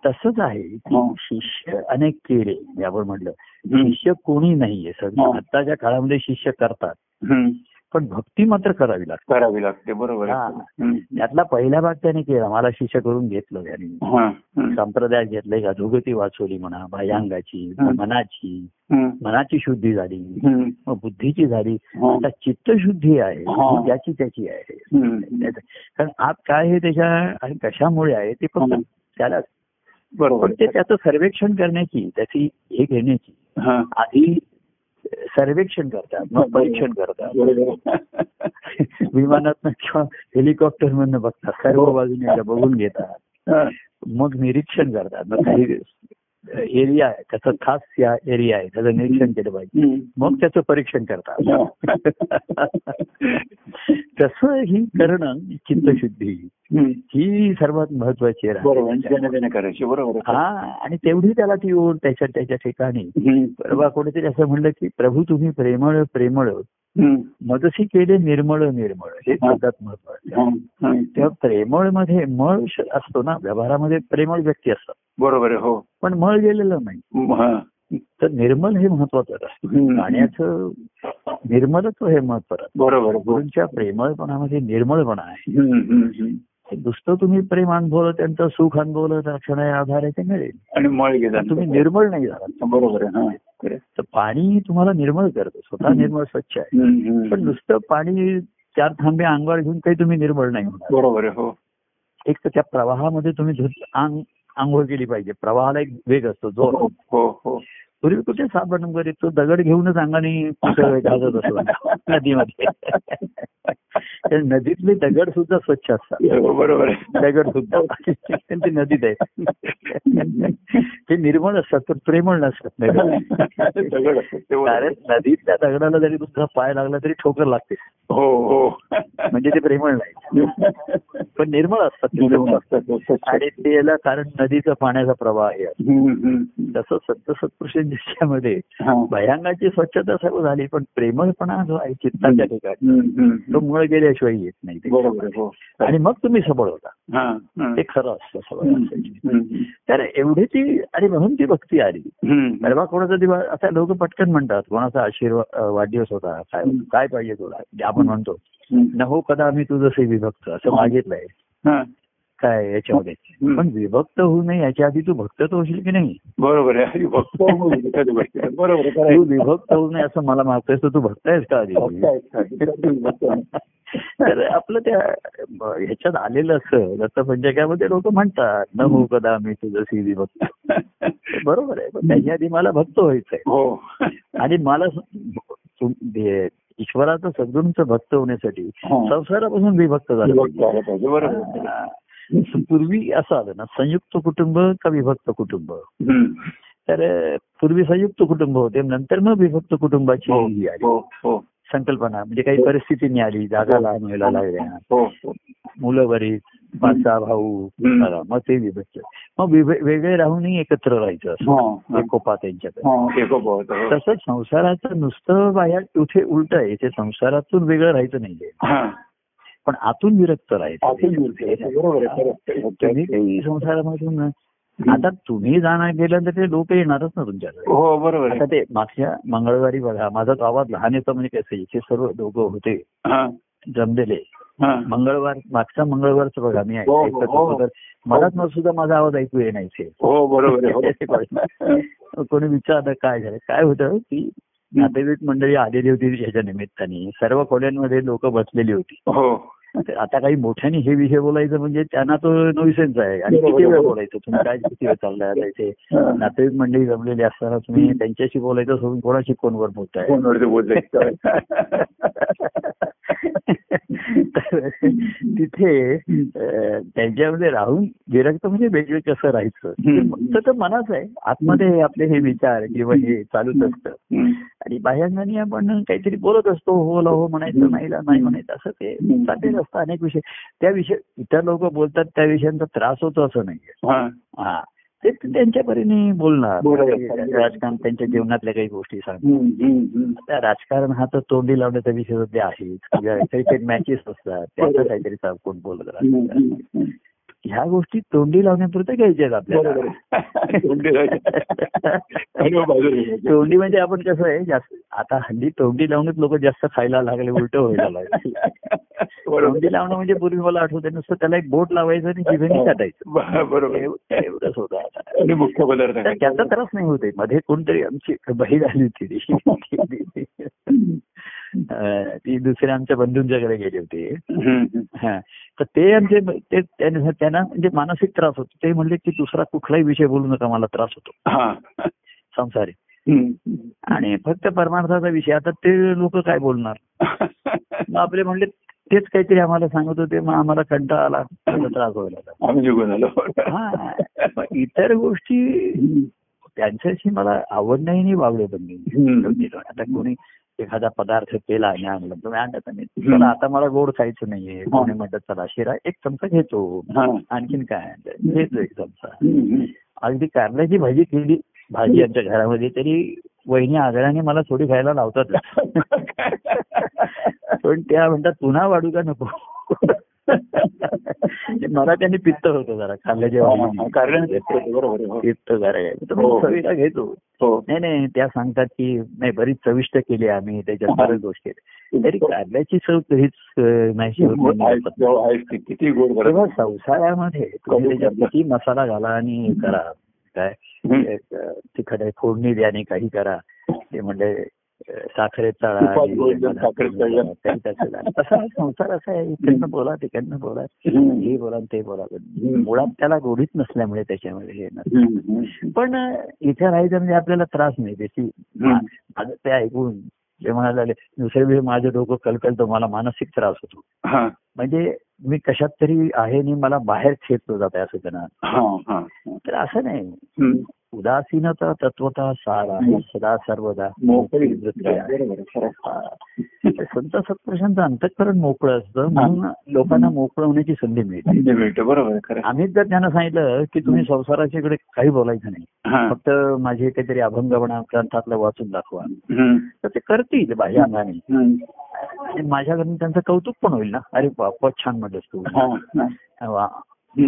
Speaker 2: तसंच आहे की
Speaker 1: हा.
Speaker 2: शिष्य अनेक केले यावर म्हटलं
Speaker 1: हम्म.
Speaker 2: शिष्य कोणी नाहीये सर
Speaker 1: हा.
Speaker 2: आताच्या काळामध्ये शिष्य करतात
Speaker 1: हम्म.
Speaker 2: पण भक्ती मात्र करावी लागते
Speaker 1: करावी लागते बरोबर आहे.
Speaker 2: हा.
Speaker 1: हम्म.
Speaker 2: यातला पहिला भाग त्याने केला मला शिष्य करून घेतलं याने
Speaker 1: हा, हम्म.
Speaker 2: संप्रदाय घेतले अधोगती वाचवली म्हणा भायांगाची
Speaker 1: हं.
Speaker 2: मनाची
Speaker 1: हम्म.
Speaker 2: मनाची शुद्धी झाली
Speaker 1: हम्म.
Speaker 2: मग बुद्धीची झाली
Speaker 1: हा.
Speaker 2: आता चित्तशुद्धी आहे
Speaker 1: हा.
Speaker 2: ही ज्याची त्याची आहे
Speaker 1: हम्म.
Speaker 2: कारण आज काय हे त्याच्या आणि कशामुळे आहे ते फक्त
Speaker 1: हं.
Speaker 2: त्याला
Speaker 1: हो, बरोबर
Speaker 2: पण ते त्याचं सर्वेक्षण करण्याची त्याची हे घेण्याची
Speaker 1: हा.
Speaker 2: आधी सर्वेक्षण करतात मग परीक्षण करतात विमानातनं किंवा हेलिकॉप्टर मधनं बघतात
Speaker 1: हो.
Speaker 2: सर्व बाजूने एकदा बघून घेतात
Speaker 1: हा.
Speaker 2: मग निरीक्षण करतात मग काही एरिया आहे त्याचा खास या एरिया आहे त्याचं निरीक्षण केलं पाहिजे
Speaker 1: हम्म.
Speaker 2: मग त्याचं परीक्षण करतात तसं ही करणं चित्तशुद्धी
Speaker 1: हम्म.
Speaker 2: ही सर्वात महत्वाची राहते
Speaker 1: बरोबर
Speaker 2: त्याच्यात.
Speaker 1: जनतेने करायची बरोबर
Speaker 2: हा आणि तेवढी त्याला ती ओढ त्याच्या त्याच्या ठिकाणी
Speaker 1: हम्म.
Speaker 2: परवा कोणीतरी असं म्हणलं की प्रभू तुम्ही प्रेमळ प्रेमळ
Speaker 1: हम्म.
Speaker 2: मदसी केले निर्मळ निर्मळ हे सर्वात महत्वाचं आहे.
Speaker 1: हम्म. हम्म.
Speaker 2: तेव्हा प्रेमळ मध्ये मळ श- असतो ना व्यवहारामध्ये प्रेमळ व्यक्ती असतात
Speaker 1: बरोबर आहे, हो
Speaker 2: पण मळ गेलेलं नाही
Speaker 1: हा.
Speaker 2: तर निर्मल हे महत्वाचं असतं
Speaker 1: हम्म.
Speaker 2: पाण्याचं निर्मलत्व हे महत्वाचं असतं.
Speaker 1: बरोबर आहे, हो.
Speaker 2: गुरूंच्या प्रेमळपणामध्ये निर्मळपणा आहे
Speaker 1: हम्म. हम्म. हम्म.
Speaker 2: नुसतं तुम्ही प्रेम अनुभवलं त्यांचं सुख अनुभवलं तर क्षणाय आधारे ते मिळेल
Speaker 1: आणि मळ गेला
Speaker 2: पण तुम्ही निर्मळ नाही झाला
Speaker 1: बरोबर आहे हा खरं.
Speaker 2: तर पाणी तुम्हाला निर्मळ करतं स्वतः
Speaker 1: हम्म.
Speaker 2: निर्मळ स्वच्छ आहे
Speaker 1: हम्म. हम्म.
Speaker 2: पण नुसतं पाणी चार थांबे अंगावर घेऊन काही तुम्ही निर्मळ नाही होणार
Speaker 1: बरोबर आहे हो
Speaker 2: एक तर त्या प्रवाहामध्ये तुम्ही धुत- आंग आंघोळ केली पाहिजे प्रवाहाला एक वेग असतो जोर
Speaker 1: हो हो हो
Speaker 2: पूर्वी कुठे साबण वगैरे तो दगड घेऊनच अंगाने पुसं घालत असतो नदीमध्ये तर नदीतले दगड सुद्धा स्वच्छ असतात
Speaker 1: हो, बरोबर आहे
Speaker 2: दगड सुद्धा पण ते नदीत आहे ते निर्मळ असतात तर प्रेमळ नसतात दगड
Speaker 1: सगळं असतं, ते बरोबर
Speaker 2: कारण
Speaker 1: आहे.
Speaker 2: नदीतल्या दगडाला जरी तुमचा पाय लागला तरी ठोकर लागते
Speaker 1: हो हो
Speaker 2: म्हणजे ते प्रेमळ नाही पण निर्मळ असतात ते
Speaker 1: निर्मळ
Speaker 2: सर्व.
Speaker 1: असतात, हो, स्वच्छ.
Speaker 2: आणि त्याला कारण नदीचा पाण्याचा प्रवाह आहे
Speaker 1: हम्म, हम्म.
Speaker 2: तसं संत सत्पुरुषांच्यामध्ये
Speaker 1: हा.
Speaker 2: भयांगाची स्वच्छता सर्व झाली पण प्रेमळपणा जो आहे चित्ताच्या ठिकाणी
Speaker 1: हम्म, हम्म.
Speaker 2: तो मुळ गेल्याशिवाय येत नाही ते.
Speaker 1: बरोबर आहे, हो
Speaker 2: आणि मग तुम्ही सबळ होता
Speaker 1: हा, हा.
Speaker 2: ते खरं असतं सबळ असायची.
Speaker 1: हम्म, हम्म.
Speaker 2: तर एवढी ती आणि म्हणून ती भक्ती आली
Speaker 1: हम्म.
Speaker 2: परवा कोणाचा दिवस आता लोक पटकन म्हणतात कोणाचा आशीर्वाद अं, वाढदिवस होता काय
Speaker 1: हम्म.
Speaker 2: काय पाहिजे तुला जे आपण म्हणतो
Speaker 1: हम्म.
Speaker 2: न हो कदा आम्ही तुझं विभक्त असं
Speaker 1: हम्म.
Speaker 2: मागितलंय
Speaker 1: हा.
Speaker 2: काय याच्यामध्ये
Speaker 1: हम्म.
Speaker 2: पण विभक्त होऊ नये याच्या आधी तू भक्त तर होशील की नाही
Speaker 1: बरोबर आहे अरे भक्त हो, एखादी गोष्ट. बरोबर आहे, खरं आहे.
Speaker 2: तू विभक्त होऊ नये असं मला मागतोयस तर तू भक्त आहेस का
Speaker 1: भक्त
Speaker 2: आधी
Speaker 1: आहे, खरं आहे. भक्त आहे.
Speaker 2: तर आपलं त्या अं, ह्याच्यात आलेलं असं दत्तपंचकामध्ये लोक म्हणतात न हो कदा मी तुझं सीधी भक्त बरोबर आहे पण त्याच्या आधी मला भक्त व्हायचंय
Speaker 1: हो
Speaker 2: आणि मला स- तुम- हे- ईश्वराचं सद्गुरूंचं भक्त होण्यासाठी
Speaker 1: हा.
Speaker 2: संसारापासून विभक्त झालं
Speaker 1: भक्त
Speaker 2: पाहिजे.
Speaker 1: आलं पाहिजे बरोबर आहे.
Speaker 2: हा. पूर्वी असं आलं ना संयुक्त कुटुंब का विभक्त कुटुंब
Speaker 1: हम्म.
Speaker 2: तर अं, पूर्वी संयुक्त कुटुंब होते नंतर मग विभक्त कुटुंबाची
Speaker 1: हो
Speaker 2: ही आली
Speaker 1: हो हो
Speaker 2: संकल्पना म्हणजे काही परिस्थितीने आली जागा लहान व्हायला लागल्या
Speaker 1: हो हो
Speaker 2: मुलं बरीच पाच सहा भाऊ
Speaker 1: हम्म.
Speaker 2: चला, मग ते विभक्त मग विभे- वेगळे राहूनही एकत्र राहायचं
Speaker 1: हा,
Speaker 2: असं
Speaker 1: हा.
Speaker 2: एकोपा त्यांच्याकडे
Speaker 1: हा, एकोप होत, हो.
Speaker 2: तसंच संसाराचं नुसतं बाहेर उठे उलट आहे ते संसारातून वेगळं राहायचं नाहीये
Speaker 1: हा.
Speaker 2: पण आतून विरक्त राहायचं
Speaker 1: आतून मूर्ती आहे, बरोबर आहे, खरं
Speaker 2: तुम्ही
Speaker 1: आहे.
Speaker 2: काही संसारामधून आता तुम्ही जाणार गेलं तर ते लोक येणारच ना तुमच्याकडे
Speaker 1: हो बरोबर
Speaker 2: आता
Speaker 1: आहे
Speaker 2: ते मागच्या मंगळवारी बघा माझा गावात लहान येतं म्हणजे कसं इथे सर्व लोक होते
Speaker 1: हा,
Speaker 2: जमलेले
Speaker 1: हा.
Speaker 2: मंगळवार मागचा मंगळवारचं बघा मी
Speaker 1: हो,
Speaker 2: ऐकत
Speaker 1: हो.
Speaker 2: होतो तर मला न सुद्धा माझा आवाज ऐकू ये नाही इथे.
Speaker 1: हो बरोबर आहे हो.
Speaker 2: कोणी विचारलं काय झालं काय होतं की नातेवाईक मंडळी आलेली होती याच्या निमित्ताने सर्व खोल्यांमध्ये लोक बसलेली होती
Speaker 1: हो
Speaker 2: तर आता काही मोठ्याने हे विषय बोलायचं म्हणजे त्यांना तो नोइसेन्स आहे आणि
Speaker 1: बरोबर,
Speaker 2: किती वेळ
Speaker 1: बरोबर.
Speaker 2: बोलायचं तुम्ही काय किती वेळ चाललाय आता इथे
Speaker 1: हा.
Speaker 2: नातेवाईक मंडळी जमलेली असताना तुम्ही
Speaker 1: हम्म.
Speaker 2: त्यांच्याशी बोलायचं सोडून कोणाशी फोनवर बोलताय
Speaker 1: फोनवरती बोलतोय.
Speaker 2: तर तिथे अं, त्यांच्यामध्ये राहून विरक्त म्हणजे वेगळं कसं राहायचं ते
Speaker 1: हम्म.
Speaker 2: फक्त तर मनाच आहे आतमध्ये हे आपले हे विचार किंवा हे चालूच असतं
Speaker 1: हम्म.
Speaker 2: आणि बाह्यांनी आपण काहीतरी बोलत असतो हो ला हो म्हणायचं नाही ला नाही म्हणायचं असं ते चाललेलं असतं अनेक विषय त्या विषय इतर लोक बोलतात त्या विषयांचा त्रास होतो असं नाहीये
Speaker 1: हा.
Speaker 2: हा ते ते त्यांच्या परीने बोलणार
Speaker 1: बोलायचं.
Speaker 2: राजकारण त्यांच्या जीवनातल्या काही गोष्टी सांग
Speaker 1: हम्म, हम्म, हम्म.
Speaker 2: आता राजकारण हा तर तोंडी लावण्याचा विषय सध्या आहे क्रिकेट मॅचेस असतात त्याचं
Speaker 1: बरोबर.
Speaker 2: काहीतरी सा- कोण बोलत
Speaker 1: हम्म,
Speaker 2: राहतात
Speaker 1: हम्म, हम्म.
Speaker 2: ह्या गोष्टी तोंडी लावण्यापुरत्या घ्यायच्या आहेत
Speaker 1: बरोबर
Speaker 2: आपल्याला
Speaker 1: आहे. तोंडी बाजूला घ्यायचं.
Speaker 2: तोंडी म्हणजे आपण कसं आहे जास्त आता हल्ली तोंडी लावूनच लोक जास्त खायला लागले उलट व्हायला लागले
Speaker 1: बरोबर
Speaker 2: तोंडी लावणं म्हणजे पूर्वी मला आठवतं नुसतं त्याला एक बोट लावायचं आणि जिभेने काटायचं
Speaker 1: ब- हो. बरोबर आहे.
Speaker 2: एव- एवढंच होतं आता
Speaker 1: आणि मुख्य पदार्थ
Speaker 2: तर त्याचा त्रास नाही होते मध्ये कोणतरी आमची बहीण आली होती ती- अं, ती दुसऱ्या आमच्या बंधूंच्याकडे गेली होती
Speaker 1: हम्म, हम्म.
Speaker 2: हा तर ते म्हणजे ते त्यांना त्यांना म्हणजे मानसिक त्रास होतो ते म्हणले की दुसरा कुठलाही विषय बोलू नका मला त्रास होतो
Speaker 1: हा
Speaker 2: संसारिक
Speaker 1: हम्म.
Speaker 2: आणि फक्त परमार्थाचा विषय आता ते लोक काय बोलणार मग आपले म्हणले तेच काहीतरी आम्हाला सांगत होते मग आम्हाला कंटाळा आला त्याचा त्रास व्हायला लागला.
Speaker 1: आम्ही जुगो झालो
Speaker 2: हा मग इतर गोष्टी
Speaker 1: हम्म.
Speaker 2: त्यांच्याशी मला आवड नाही आणि वावडे पण नाही
Speaker 1: हम्म.
Speaker 2: गेलो. आता कोणी एखादा पदार्थ केला आणि आणला तर मी आणला तर नाही
Speaker 1: हम्म.
Speaker 2: चला आता मला गोड खायचं नाहीये कोणी म्हणतात चला शिरा एक चमचा घेतो
Speaker 1: हा.
Speaker 2: आणखीन काय आणलं घेतो एक चमचा
Speaker 1: हम्म.
Speaker 2: अगदी कारल्याची भाजी केली भाजी आमच्या घरामध्ये तरी वहिनी आग्रहाने मला थोडी खायला लावतात पण त्या म्हणतात पुन्हा वाढू का नको मला त्यांनी पित्त होतं जरा
Speaker 1: हा,
Speaker 2: कारल्याच्या
Speaker 1: हो, कारण बरोबर आहे, हो.
Speaker 2: पित्त जरा तर
Speaker 1: हो.
Speaker 2: मी चवीला घेतो
Speaker 1: हो
Speaker 2: नाही नाही त्या सांगतात की नाही बरीच चविष्ट केली आम्ही
Speaker 1: हो.
Speaker 2: त्याच्यात बऱ्याच गोष्टी आहेत. तरी कारल्याची चव कधीच अं, नाहीशी होत
Speaker 1: गोड
Speaker 2: नाही.
Speaker 1: आहेस, गोड आहेस ती. किती गोड बरोबर
Speaker 2: तेव्हा संसारामध्ये तुम्ही त्याच्यात किती मसाला घाला आणि करा काय
Speaker 1: हम्म.
Speaker 2: अं, तिखट आहे, फोडणी द्या आणि काही करा ते म्हणजे अं, साखरेत तळा
Speaker 1: तुपात
Speaker 2: आणि
Speaker 1: गोड जर साखरेत तळलं.
Speaker 2: काही तसं झालं. तसा हा संसार असा आहे इकडनं बोला तिकडनं बोला
Speaker 1: हम्म.
Speaker 2: हे बोला आणि ते बोला
Speaker 1: हम्म.
Speaker 2: मुळात त्याला गोडीत नसल्यामुळे त्याच्यामध्ये हे नसतं.
Speaker 1: हम्म.
Speaker 2: पण अं, इथे राहायचं म्हणजे आपल्याला त्रास नाही त्याची
Speaker 1: हम्म.
Speaker 2: माझं ते ऐकून ते म्हणाले दुसऱ्या वेळी माझं डोकं कलकलतं मला मानसिक त्रास होतो
Speaker 1: हा
Speaker 2: म्हणजे मी कशात तरी आहे आणि मला बाहेर खेचलं जात आहे असं त्यांना
Speaker 1: हा हा
Speaker 2: तर असं नाही
Speaker 1: हम्म.
Speaker 2: उदासीनता तत्वता सार आहे सदा सर्वदा
Speaker 1: मोकळी
Speaker 2: वृत्ती आहे.
Speaker 1: बरोबर आहे, खरं आहे.
Speaker 2: हा. तर संत सत्पुरुषांचं अंतःकरण मोकळं असतं म्हणून लोकांना मोकळं होण्याची संधी मिळते
Speaker 1: म्हणजे मिळतं बरोबर आहे, खरं आहे.
Speaker 2: आम्हीच जर त्यांना सांगितलं की तुम्ही संसाराच्या इकडे काही बोलायचं नाही
Speaker 1: हा
Speaker 2: फक्त माझे काहीतरी अभंगपणा ग्रंथातलं वाचून दाखवा
Speaker 1: हम्म.
Speaker 2: तर ते करतील बाह्य अंगाने
Speaker 1: हम्म.
Speaker 2: आणि माझ्याकडून त्यांचं कौतुक पण होईल ना अरे बापा छान म्हटलंस तू
Speaker 1: हा हा.
Speaker 2: वा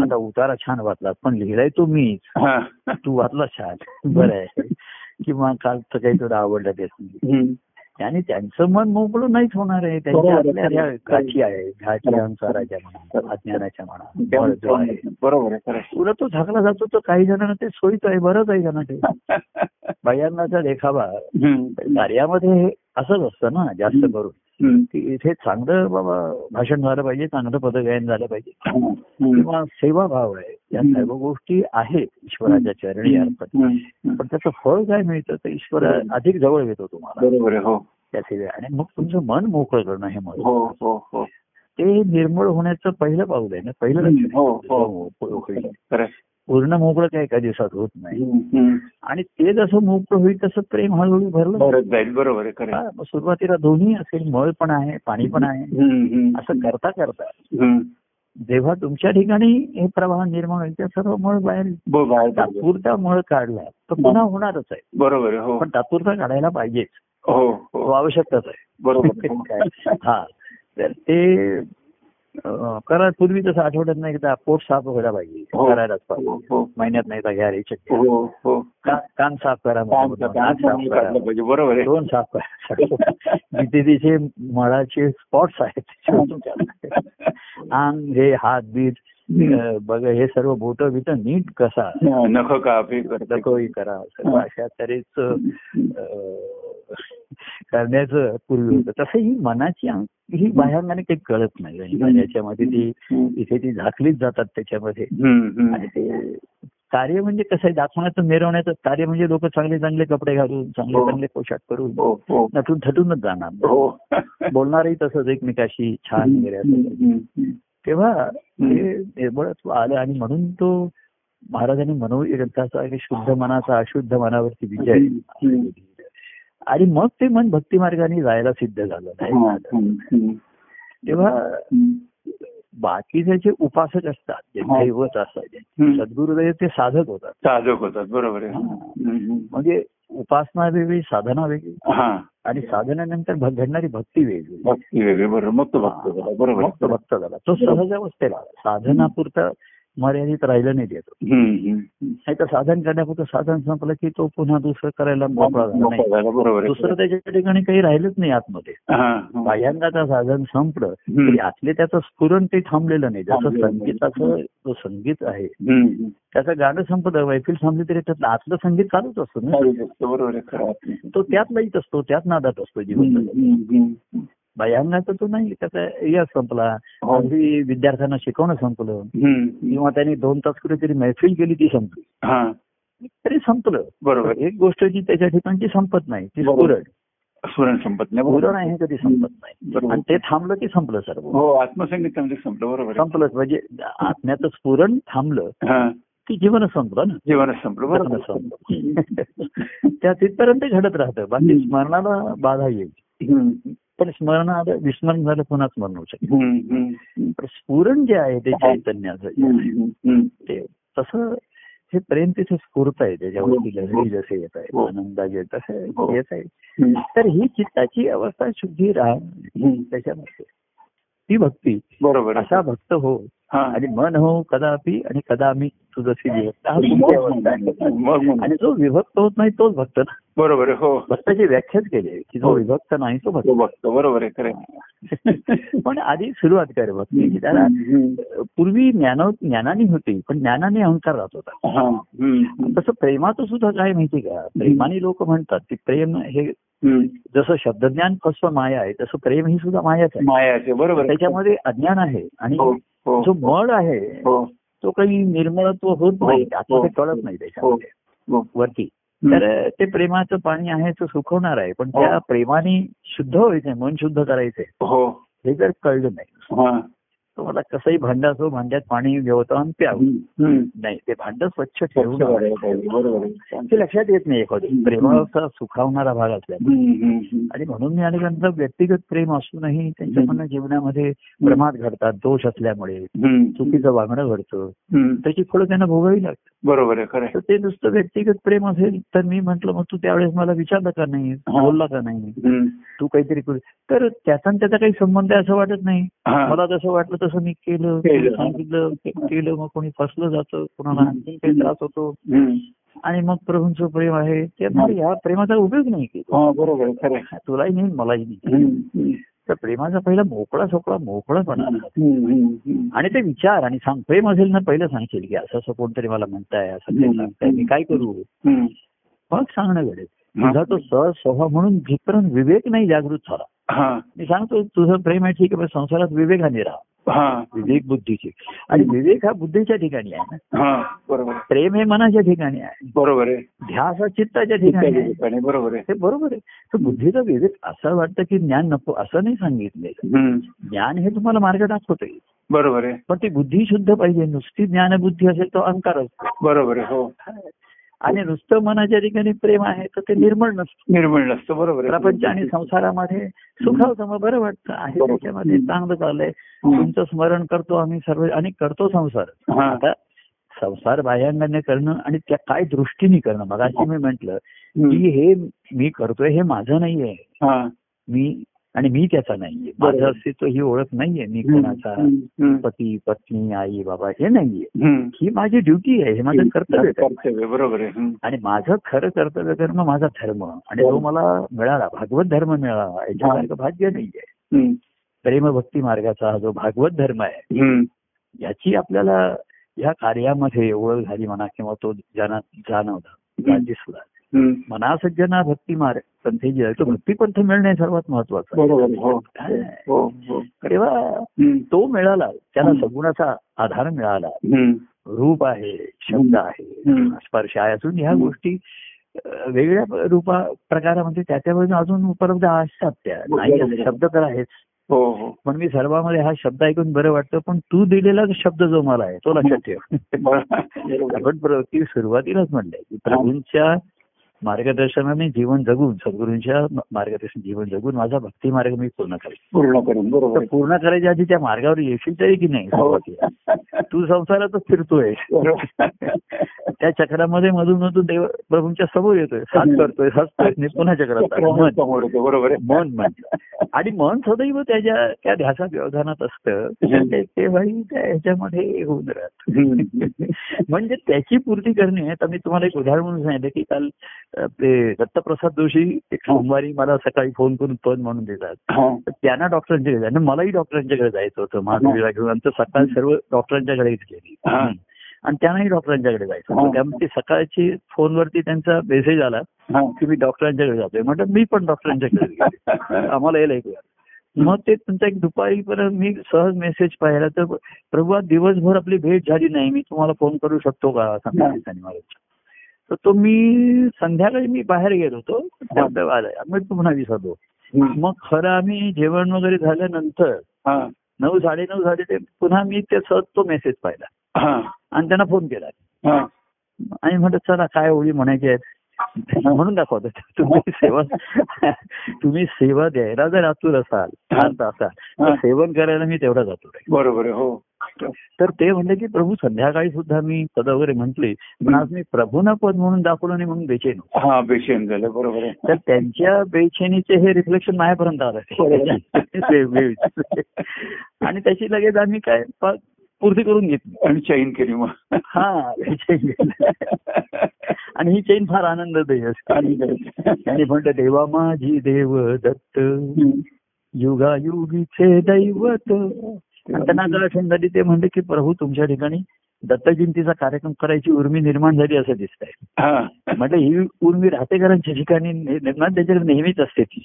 Speaker 2: आता उतारा छान वाचला पण लिहिलाय तो मीच
Speaker 1: हा.
Speaker 2: तू वाचला छान बरं आहे किंवा काल तर काही तुला आवडलं ते समजा.
Speaker 1: हम्म.
Speaker 2: आणि त्यांचं मन मोकळं नाहीच होणार आहे त्यांच्या
Speaker 1: बरोबर.
Speaker 2: आपल्या ह्या गाठी आहे गाठी अंकाराच्या म्हणा अज्ञानाच्या म्हणा बळ जो आहे
Speaker 1: बरोबर आहे खरं आहे.
Speaker 2: तुला तो झाकला जातो तर काही जणांना ते सोयीच आहे बरंच आहे जणांना ते बाह्यांनाचा देखावा
Speaker 1: हम्म.
Speaker 2: कार्यामध्ये हे असंच असतं ना जास्त करून
Speaker 1: हम्म.
Speaker 2: की इथे चांगलं बाबा भाषण झालं पाहिजे चांगलं पदगायन झालं पाहिजे
Speaker 1: हम्म. हम्म.
Speaker 2: किंवा सेवाभाव आहे या सर्व गोष्टी आहेत ईश्वराच्या चरणी अर्पण
Speaker 1: हम्म.
Speaker 2: पण त्याचं फळ काय मिळतं तर ईश्वर अधिक जवळ घेतो तुम्हाला
Speaker 1: बरोबर आहे हो
Speaker 2: त्या सेवे आणि मग तुमचं मन मोकळं करणं हे महत्वाचं
Speaker 1: हो हो हो
Speaker 2: ते निर्मळ होण्याचं पहिलं पाऊल आहे ना पहिलं लक्षण
Speaker 1: हो,
Speaker 2: आहे.
Speaker 1: हो.
Speaker 2: मोकळं होईल.
Speaker 1: खरं आहे.
Speaker 2: पूर्ण मोकळं काय एका दिवसात होत नाही
Speaker 1: हम्म. हम्म.
Speaker 2: आणि ते जसं मोकळं होईल तसं प्रेम हळूहळू भरलं जाईल.
Speaker 1: भरत जाईल बरोबर आहे खरं आहे.
Speaker 2: हा, मग सुरुवातीला दोन्ही असेल मळ पण आहे पाणी पण आहे
Speaker 1: हम्म. हम्म.
Speaker 2: असं करता करता
Speaker 1: हम्म.
Speaker 2: जेव्हा तुमच्या ठिकाणी हे प्रवाह निर्माण होईल त्या सर्व मळ बाहेर
Speaker 1: ब- बाहेर जाऊ.
Speaker 2: तात्पुरता मळ काढला तर पुन्हा होणारच आहे
Speaker 1: बरोबर आहे हो
Speaker 2: पण तात्पुरता काढायला पाहिजेच
Speaker 1: हो
Speaker 2: तो
Speaker 1: हो
Speaker 2: आवश्यकताच आहे
Speaker 1: बरोबर आहे. हो.
Speaker 2: हा तर ते अं, करा पूर्वी तसं आठवड्यात नाही एकदा पोट साफ व्हायला पाहिजे
Speaker 1: हो.
Speaker 2: करायलाच पाहिजे
Speaker 1: हो, हो.
Speaker 2: महिन्यात नाही तर घ्या रे शक्य
Speaker 1: हो हो
Speaker 2: का- कान साफ करा
Speaker 1: काम
Speaker 2: म्हणून,
Speaker 1: काम
Speaker 2: नाक साफ करा
Speaker 1: काढलं पाहिजे बरोबर आहे
Speaker 2: दोन साफ करा जिथे तिथे मळाचे स्पॉट्स आहेत ते शोधून काढा. अंग हे हात बीत अं, बघ हे सर्व बोट बिट नीट कसा
Speaker 1: नख काप हे करते
Speaker 2: लकोई करा सर्व अशा तऱ्हेच करण्याचं पूर्वी होतं तसं ही मनाची अंग- ही बाह्यांगाने काही कळत नाही आणि याच्यामध्ये ती इथे ती झाकलीच जातात त्याच्यामध्ये
Speaker 1: हम्म, हम्म.
Speaker 2: आणि ते कार्य म्हणजे कसं आहे दाखवण्याचं मिरवण्याचं कार्य म्हणजे लोक चांगले चांगले कपडे घालून चांगले
Speaker 1: हो.
Speaker 2: चांगले पोशाख करून
Speaker 1: हो हो
Speaker 2: नटून थटूनच जाणार
Speaker 1: हो
Speaker 2: बोलणारही तसंच एकमेकाशी छान वगैरे असं
Speaker 1: हम्म, हम्म.
Speaker 2: तेव्हा हे निर्मळत्व आलं आणि म्हणून तो महाराजांनी मनोग्रंथाचा आणि शुद्ध मनाचा अशुद्ध मनावरती विजय
Speaker 1: हम्म.
Speaker 2: आणि मग ते मन भक्ती मार्गाने जायला सिद्ध झालं नाही
Speaker 1: हा,
Speaker 2: झालं.
Speaker 1: हम्म, हम्म.
Speaker 2: तेव्हा
Speaker 1: हम्म.
Speaker 2: बाकीचे जे उपासक असतात जे
Speaker 1: हा.
Speaker 2: दैवत असतात जे
Speaker 1: हो. हम्म.
Speaker 2: सद्गुरुदेव ते साधक होतात
Speaker 1: साधक होतात बरोबर आहे
Speaker 2: हा.
Speaker 1: हम्म, हम्म.
Speaker 2: म्हणजे उपासना वेगळी साधना वेगळी
Speaker 1: हा
Speaker 2: आणि साधनानंतर भग- घडणारी भक्ती वेगळी
Speaker 1: भक्ती वेगळी बरोबर मग तो भक्त झाला बरोबर
Speaker 2: मग तो
Speaker 1: आहे.
Speaker 2: भक्त झाला तो सहज अवस्थेला आला. साधनापुरता मर्यादित राहिलं नाही देतो
Speaker 1: हम्म, हम्म, हम्म.
Speaker 2: नाही तर साधन करण्यापुरतं साधन संपलं की तो पुन्हा दुसरं करायला मोकळा झाला
Speaker 1: मोकळा
Speaker 2: नाही
Speaker 1: झाला बरोबर आहे.
Speaker 2: दुसरं त्याच्या ठिकाणी काही राहिलंच नाही आतमध्ये
Speaker 1: हा, हा.
Speaker 2: बाह्यांगाचं साधन संपलं
Speaker 1: हम्म.
Speaker 2: तरी आतले त्याचं स्फुरण ते थांबलेलं नाही जसं
Speaker 1: थांबलेलं नाही.
Speaker 2: संगीताचं जो संगीत आहे
Speaker 1: हम्म, हम्म.
Speaker 2: त्याचं गाणं संपलं मैफिल संपली तरी त्यातलं आतलं संगीत चालूच असतं ना
Speaker 1: चालूच असतं, बरोबर आहे खरं आहे.
Speaker 2: तो त्यात लईत असतो त्यात नादात असतो जीवन
Speaker 1: हम्म, हम्म, हम्म.
Speaker 2: भयांगाचा तो नाही त्याचा यश संपला
Speaker 1: हो.
Speaker 2: अगदी विद्यार्थ्यांना शिकवणं संपलं
Speaker 1: हम्म.
Speaker 2: किंवा त्यांनी दोन तास कुठेतरी मैफिल केली ती संपली
Speaker 1: हा
Speaker 2: तरी संपलं
Speaker 1: बरोबर
Speaker 2: एक गोष्ट जी त्याच्या ठिकाणची संपत नाही ती
Speaker 1: बरोबर.
Speaker 2: स्फुरण
Speaker 1: स्मरण संपत नाही
Speaker 2: स्फुरण
Speaker 1: बरोबर
Speaker 2: आहे कधी संपत नाही
Speaker 1: बरोबर.
Speaker 2: आणि ते थांबलं की संपलं सर्व
Speaker 1: हो आत्मसंगीतामध्ये संपलं बरोबर आहे.
Speaker 2: संपलंच म्हणजे आत्म्याचं स्फुरण थांबलं
Speaker 1: हा
Speaker 2: की जीवन संपलं ना
Speaker 1: जीवनात संपलं
Speaker 2: जीवन
Speaker 1: बरोबर
Speaker 2: संपलं त्या तिथपर्यंत घडत राहतं बाकी
Speaker 1: हम्म.
Speaker 2: स्मरणाला बाधा येईल
Speaker 1: हम्म.
Speaker 2: पण स्मरण आलं विस्मरण झालं पुन्हा स्मरण होऊ शकतं
Speaker 1: हम्म. हम्म.
Speaker 2: पण स्फुरण जे आहे ते
Speaker 1: हा.
Speaker 2: चैतन्याचं जे आहे,
Speaker 1: हम्म. हम्म.
Speaker 2: ते तसं हे प्रेम तिथे स्फूर्त आहे त्याच्यावरती
Speaker 1: हो.
Speaker 2: लहरी जसे येत आहे
Speaker 1: हो.
Speaker 2: आनंदाचे तसं
Speaker 1: हो.
Speaker 2: येत आहे
Speaker 1: हम्म.
Speaker 2: तर ही चित्ताची अवस्था शुद्धी राह
Speaker 1: हम्म.
Speaker 2: त्याच्यामध्ये ती भक्ती
Speaker 1: बरोबर
Speaker 2: असा भक्त हो
Speaker 1: हा.
Speaker 2: आणि मन हो कदापि आणि कदा मी तुझशी विभक्त
Speaker 1: हो.
Speaker 2: हा तुमची अवस्था आहे.
Speaker 1: मग मग.
Speaker 2: आणि जो विभक्त होत नाही तोच भक्त ना
Speaker 1: बरोबर आहे, हो
Speaker 2: भक्ताची व्याख्याच केली आहे की जो
Speaker 1: हो.
Speaker 2: विभक्त नाही तो
Speaker 1: तो बघतो बरोबर आहे खरं आहे.
Speaker 2: भक्त पण आधी सुरुवात कर भक्तीची त्याला
Speaker 1: हम्म.
Speaker 2: पूर्वी ज्ञान ज्ञानाने होती पण ज्ञानाने अहंकार राहत होता
Speaker 1: हा. हम्म.
Speaker 2: तसं प्रेमाचं सुद्धा काय माहिती का प्रेमाने लोक म्हणतात की प्रेम हे
Speaker 1: हम्म.
Speaker 2: जसं शब्दज्ञान फस्व माया आहे तसं प्रेम ही सुद्धा मायाच आहे
Speaker 1: मायाचे बरोबर आहे.
Speaker 2: त्याच्यामध्ये अज्ञान आहे आणि
Speaker 1: हो हो
Speaker 2: जो मळ आहे
Speaker 1: हो
Speaker 2: तो काही निर्मळत्व होत
Speaker 1: हो,
Speaker 2: नाही
Speaker 1: हो,
Speaker 2: आता ते कळत नाही
Speaker 1: हो.
Speaker 2: त्याच्यामध्ये वरती
Speaker 1: हम्म.
Speaker 2: तर ते प्रेमाचं पाणी आहे ते सुखवणार आहे पण
Speaker 1: हो.
Speaker 2: त्या प्रेमाने शुद्ध व्हायचंय मन शुद्ध करायचंय
Speaker 1: हो
Speaker 2: हे जर कळलं नाही
Speaker 1: हा.
Speaker 2: तुम्हाला कसंही भांड असो भांड्यात पाणी व्यवतान प्यावं
Speaker 1: हम्म. हम्म.
Speaker 2: नाही ते भांड स्वच्छ ठेवून
Speaker 1: बरोबर आहे, हो, बरोबर आहे.
Speaker 2: ते लक्षात येत नाही एखादी
Speaker 1: हम्म.
Speaker 2: प्रेमाचा सुखावणारा भाग असल्यामुळे
Speaker 1: हम्म. हम्म. हम्म.
Speaker 2: आणि म्हणून मी अनेकांचा व्यक्तिगत प्रेम असूनही त्यांच्याकडनं जीवनामध्ये प्रमाद घडतात दोष असल्यामुळे
Speaker 1: हम्म.
Speaker 2: चुकीचं वागणं घडतं
Speaker 1: हम्म.
Speaker 2: त्याची फळं त्यांना भोगावी लागतात
Speaker 1: बरोबर आहे खरं आहे.
Speaker 2: तर ते नुसतं व्यक्तिगत प्रेम असेल तर मी म्हंटल मग तू त्यावेळेस मला विचारलं का नाही
Speaker 1: हा.
Speaker 2: बोलला का नाही
Speaker 1: हम्म.
Speaker 2: तू काहीतरी करू तर त्याचा आणि त्याचा काही संबंध आहे असं वाटत नाही
Speaker 1: हा.
Speaker 2: मला जसं वाटलं तसं मी केलं
Speaker 1: केलं.
Speaker 2: कोणी सांगितलं ते केलं मग कोणी फसलं जातं कोणाला आणखी काही त्रास होतो
Speaker 1: हम्म.
Speaker 2: आणि मग प्रभूंचं प्रेम आहे ते मग ह्या प्रेमाचा उपयोग नाही की
Speaker 1: हा, बरोबर आहे खरं आहे.
Speaker 2: तुलाही नाही मलाही नाही
Speaker 1: हम्म. हम्म.
Speaker 2: तर प्रेमाचा पहिला मोकळा सोकळा मोकळापणा
Speaker 1: हम्म. हम्म.
Speaker 2: आणि ते विचार आणि सांग प्रेम असेल ना पहिलं सांगशील की असं असं कोणतरी मला म्हणताय असं काही सांगताय मी काय करू
Speaker 1: हम्म.
Speaker 2: मग सांगणं घडेल
Speaker 1: हा.
Speaker 2: तुझा तो सहज स्वभाव म्हणून जिथपर्यंत विवेक नाही जागृत झाला
Speaker 1: हा.
Speaker 2: मी सांगतो तुझं प्रेम आहे ठीक आहे पण संसारात विवेकाने राहा
Speaker 1: हा.
Speaker 2: विवेक बुद्धीची आणि विवेक हा बुद्धीच्या ठिकाणी आहे ना
Speaker 1: हा. बरोबर आहे.
Speaker 2: प्रेम हे मनाच्या ठिकाणी आहे
Speaker 1: बरोबर आहे
Speaker 2: ध्यास हा चित्ताच्या ठिकाणी
Speaker 1: इत्यादी
Speaker 2: आहे
Speaker 1: ठिकाणी बरोबर आहे
Speaker 2: हे बरोबर आहे तर बुद्धीचा विवेक असं वाटतं की ज्ञान नको असं नाही सांगितलेलं
Speaker 1: हम्म.
Speaker 2: ज्ञान हे तुम्हाला मार्ग दाखवतंय
Speaker 1: बरोबर आहे
Speaker 2: पण ती बुद्धी शुद्ध पाहिजे नुसती ज्ञानबुद्धी असेल तो अंकार असतो
Speaker 1: बरोबर आहे हो
Speaker 2: आणि नुसतं मनाच्या ठिकाणी प्रेम आहे तर ते निर्मळ नसतं
Speaker 1: निर्मळ नसतं बरोबर आहे
Speaker 2: प्रपंच आणि संसारामध्ये सुखावतं मग बरं वाटतं आहे
Speaker 1: बरोबर.
Speaker 2: त्याच्यामध्ये चांगलं चाललंय
Speaker 1: हम्म.
Speaker 2: तुमचं स्मरण करतो आम्ही सर्व आणि करतो संसार
Speaker 1: हा.
Speaker 2: आता संसार बाह्यांगाने करणं आणि त्या काय दृष्टीने करणं मगाशी मी म्हंटल
Speaker 1: हम्म.
Speaker 2: की हे मी करतोय हे माझं नाहीये
Speaker 1: हा.
Speaker 2: मी आणि मी त्याचा नाहीये
Speaker 1: बरोबर.
Speaker 2: माझं अस्तित्व ही ओळख नाहीये मी कोणाचा
Speaker 1: हम्म. हम्म.
Speaker 2: पती पत्नी आई बाबा हे नाहीये
Speaker 1: हम्म.
Speaker 2: ही माझी ड्युटी आहे हे माझं कर्तव्य आहे.
Speaker 1: कर्तव्य बरोबर आहे हम्म.
Speaker 2: आणि माझं खरं कर्तव्य कर्म माझा धर्म आणि
Speaker 1: हो.
Speaker 2: जो मला मिळाला भागवत धर्म मिळाला याच्यासारखं भाग्य नाहीये
Speaker 1: हम्म.
Speaker 2: प्रेम भक्ती मार्गाचा हा जो भागवत धर्म आहे
Speaker 1: हम्म.
Speaker 2: याची आपल्याला ह्या कार्यामध्ये ओळख झाली म्हणा किंवा तो ज्यांना जाणवला ज्याला दिसला
Speaker 1: हम्म.
Speaker 2: मनासज्जना भक्ती मार्ग पंथी जी आहे तो भक्तीपंथ मिळणे हे सर्वात महत्वाचं
Speaker 1: बरोबर आहे. हो
Speaker 2: आहे.
Speaker 1: हो हो
Speaker 2: तेव्हा
Speaker 1: हम्म.
Speaker 2: तो मिळाला त्याला
Speaker 1: हम्म.
Speaker 2: सगुणाचा आधार मिळाला
Speaker 1: हम्म.
Speaker 2: रूप आहे शब्द
Speaker 1: हम्म.
Speaker 2: आहे स्पर्श आहे अजून ह्या
Speaker 1: हम्म.
Speaker 2: गोष्टी अ, वेगळ्या प- रूपा प्रकारामध्ये त्याच्यावर अजून उपलब्ध असतात त्या
Speaker 1: हो,
Speaker 2: नाही
Speaker 1: बरोबर.
Speaker 2: असं शब्द तर आहेच
Speaker 1: हो हो
Speaker 2: पण मी सर्वांमध्ये हा शब्द ऐकून बरं वाटतं पण तू दिलेला शब्द जो मला आहे तो लक्षात ठेव
Speaker 1: हो, बरोबर
Speaker 2: आपण प्रवृत्ती सुरुवातीलाच म्हणलंय की प्रभूंच्या मार्गदर्शनाने जीवन जगून सद्गुरूंच्या म- मार्गदर्शन जीवन जगून माझा भक्ती मार्ग मी पूर्ण करेल
Speaker 1: पूर्ण करून बरोबर
Speaker 2: तर
Speaker 1: आहे.
Speaker 2: पूर्ण करायच्या आधी त्या मार्गावर येशील तरी की नाही
Speaker 1: हो.
Speaker 2: सुरुवातीला तू संसारातच फिरतोय त्या चक्रामध्ये मधून मधून देव प्रभूंच्या समोर येतोय साथ करतोय हसतोय आणि पुन्हा चक्रात आला.
Speaker 1: चक्रावर
Speaker 2: मन
Speaker 1: समोर येतो, बरोबर आहे
Speaker 2: मन म्हटलं आणि मन सदैव त्याच्या त्या ध्यासा व्यवधानात असतं ते- तेव्हाही त्या ह्याच्यामध्ये होऊन राहत
Speaker 1: हम्म.
Speaker 2: म्हणजे त्याची पूर्ती करणे आता मी तुम्हाला एक उदाहरण म्हणून सांगितलं की काल अ, ते दत्तप्रसाद जोशी एक सोमवारी मला सकाळी फोन करून पद म्हणून देतात
Speaker 1: हा.
Speaker 2: तर त्यांना डॉक्टरांच्याकडे जायचं आणि मलाही डॉक्टरांच्याकडे जायचं होतं महावीरला घेऊन आमचं सकाळ सर्व डॉक्टरांच्याकडेच गेली
Speaker 1: हा.
Speaker 2: आणि त्यांनाही डॉक्टरांच्याकडे जायचं होतं
Speaker 1: हा.
Speaker 2: त्यामुळे ते सकाळची फोनवरती त्यांचा मेसेज आला
Speaker 1: हा.
Speaker 2: की मी डॉक्टरांच्याकडे जातोय म्हटलं मी पण डॉक्टरांच्याकडे गेले. आम्हाला यायला ऐकूया मग ते तुमचा एक दुपारी पर्यंत मी सहज मेसेज पाहिला तर प्रभू आज दिवसभर आपली भेट झाली नाही मी तुम्हाला फोन करू शकतो का सांगितलं त्याने मला तर तो मी संध्याकाळी मी बाहेर गेलो होतो त्यात आला मग पुन्हा विसरलो
Speaker 1: हम्म.
Speaker 2: मग खरं आम्ही जेवण वगैरे झाल्यानंतर
Speaker 1: हा
Speaker 2: नऊ साडेनऊ झाले ते पुन्हा मी ते सहज तो मेसेज पाहिला
Speaker 1: हा
Speaker 2: आणि त्यांना फोन केला
Speaker 1: हा
Speaker 2: आणि म्हटलं चला काय ओळी म्हणायची आहेत म्हणून दाखवतो तुम्ही सेवा तुम्ही सेवा द्यायला जर आतुर असाल शांत असाल तर
Speaker 1: हा.
Speaker 2: सेवन करायला मी तेवढा जातो
Speaker 1: बरोबर आहे हो
Speaker 2: तर ते म्हणले की प्रभू संध्याकाळी सुद्धा मी पद वगैरे म्हटले पण आज मी प्रभूना पद म्हणून दाखवलं आणि म्हणून बेचैन होतो.
Speaker 1: हा बेचैन झालं बरोबर
Speaker 2: तर
Speaker 1: आहे
Speaker 2: त्यांच्या बेचैनीचे हे रिफ्लेक्शन माझ्यापर्यंत
Speaker 1: बरोबर.
Speaker 2: आलं आणि त्याची लगेच आम्ही काय प- पूर्ती करून घेतली
Speaker 1: आणि चैन केली मग
Speaker 2: हा बेचैन झालं. आणि ही चैन फार आनंददायी असते
Speaker 1: आणि
Speaker 2: आणि म्हणतं देवा माझी देव दत्त युगायुगीचे दैवत आणि त्यांना आता आठवण झाली ते म्हणले की प्रभू तुमच्या ठिकाणी दत्त जयंतीचा कार्यक्रम करायची उर्मी निर्माण झाली असं दिसत आहे
Speaker 1: हा.
Speaker 2: म्हटलं ही उर्मी राहतेकरांच्या ठिकाणी नि- निर्माण त्याच्याकडे नेहमीच असते ती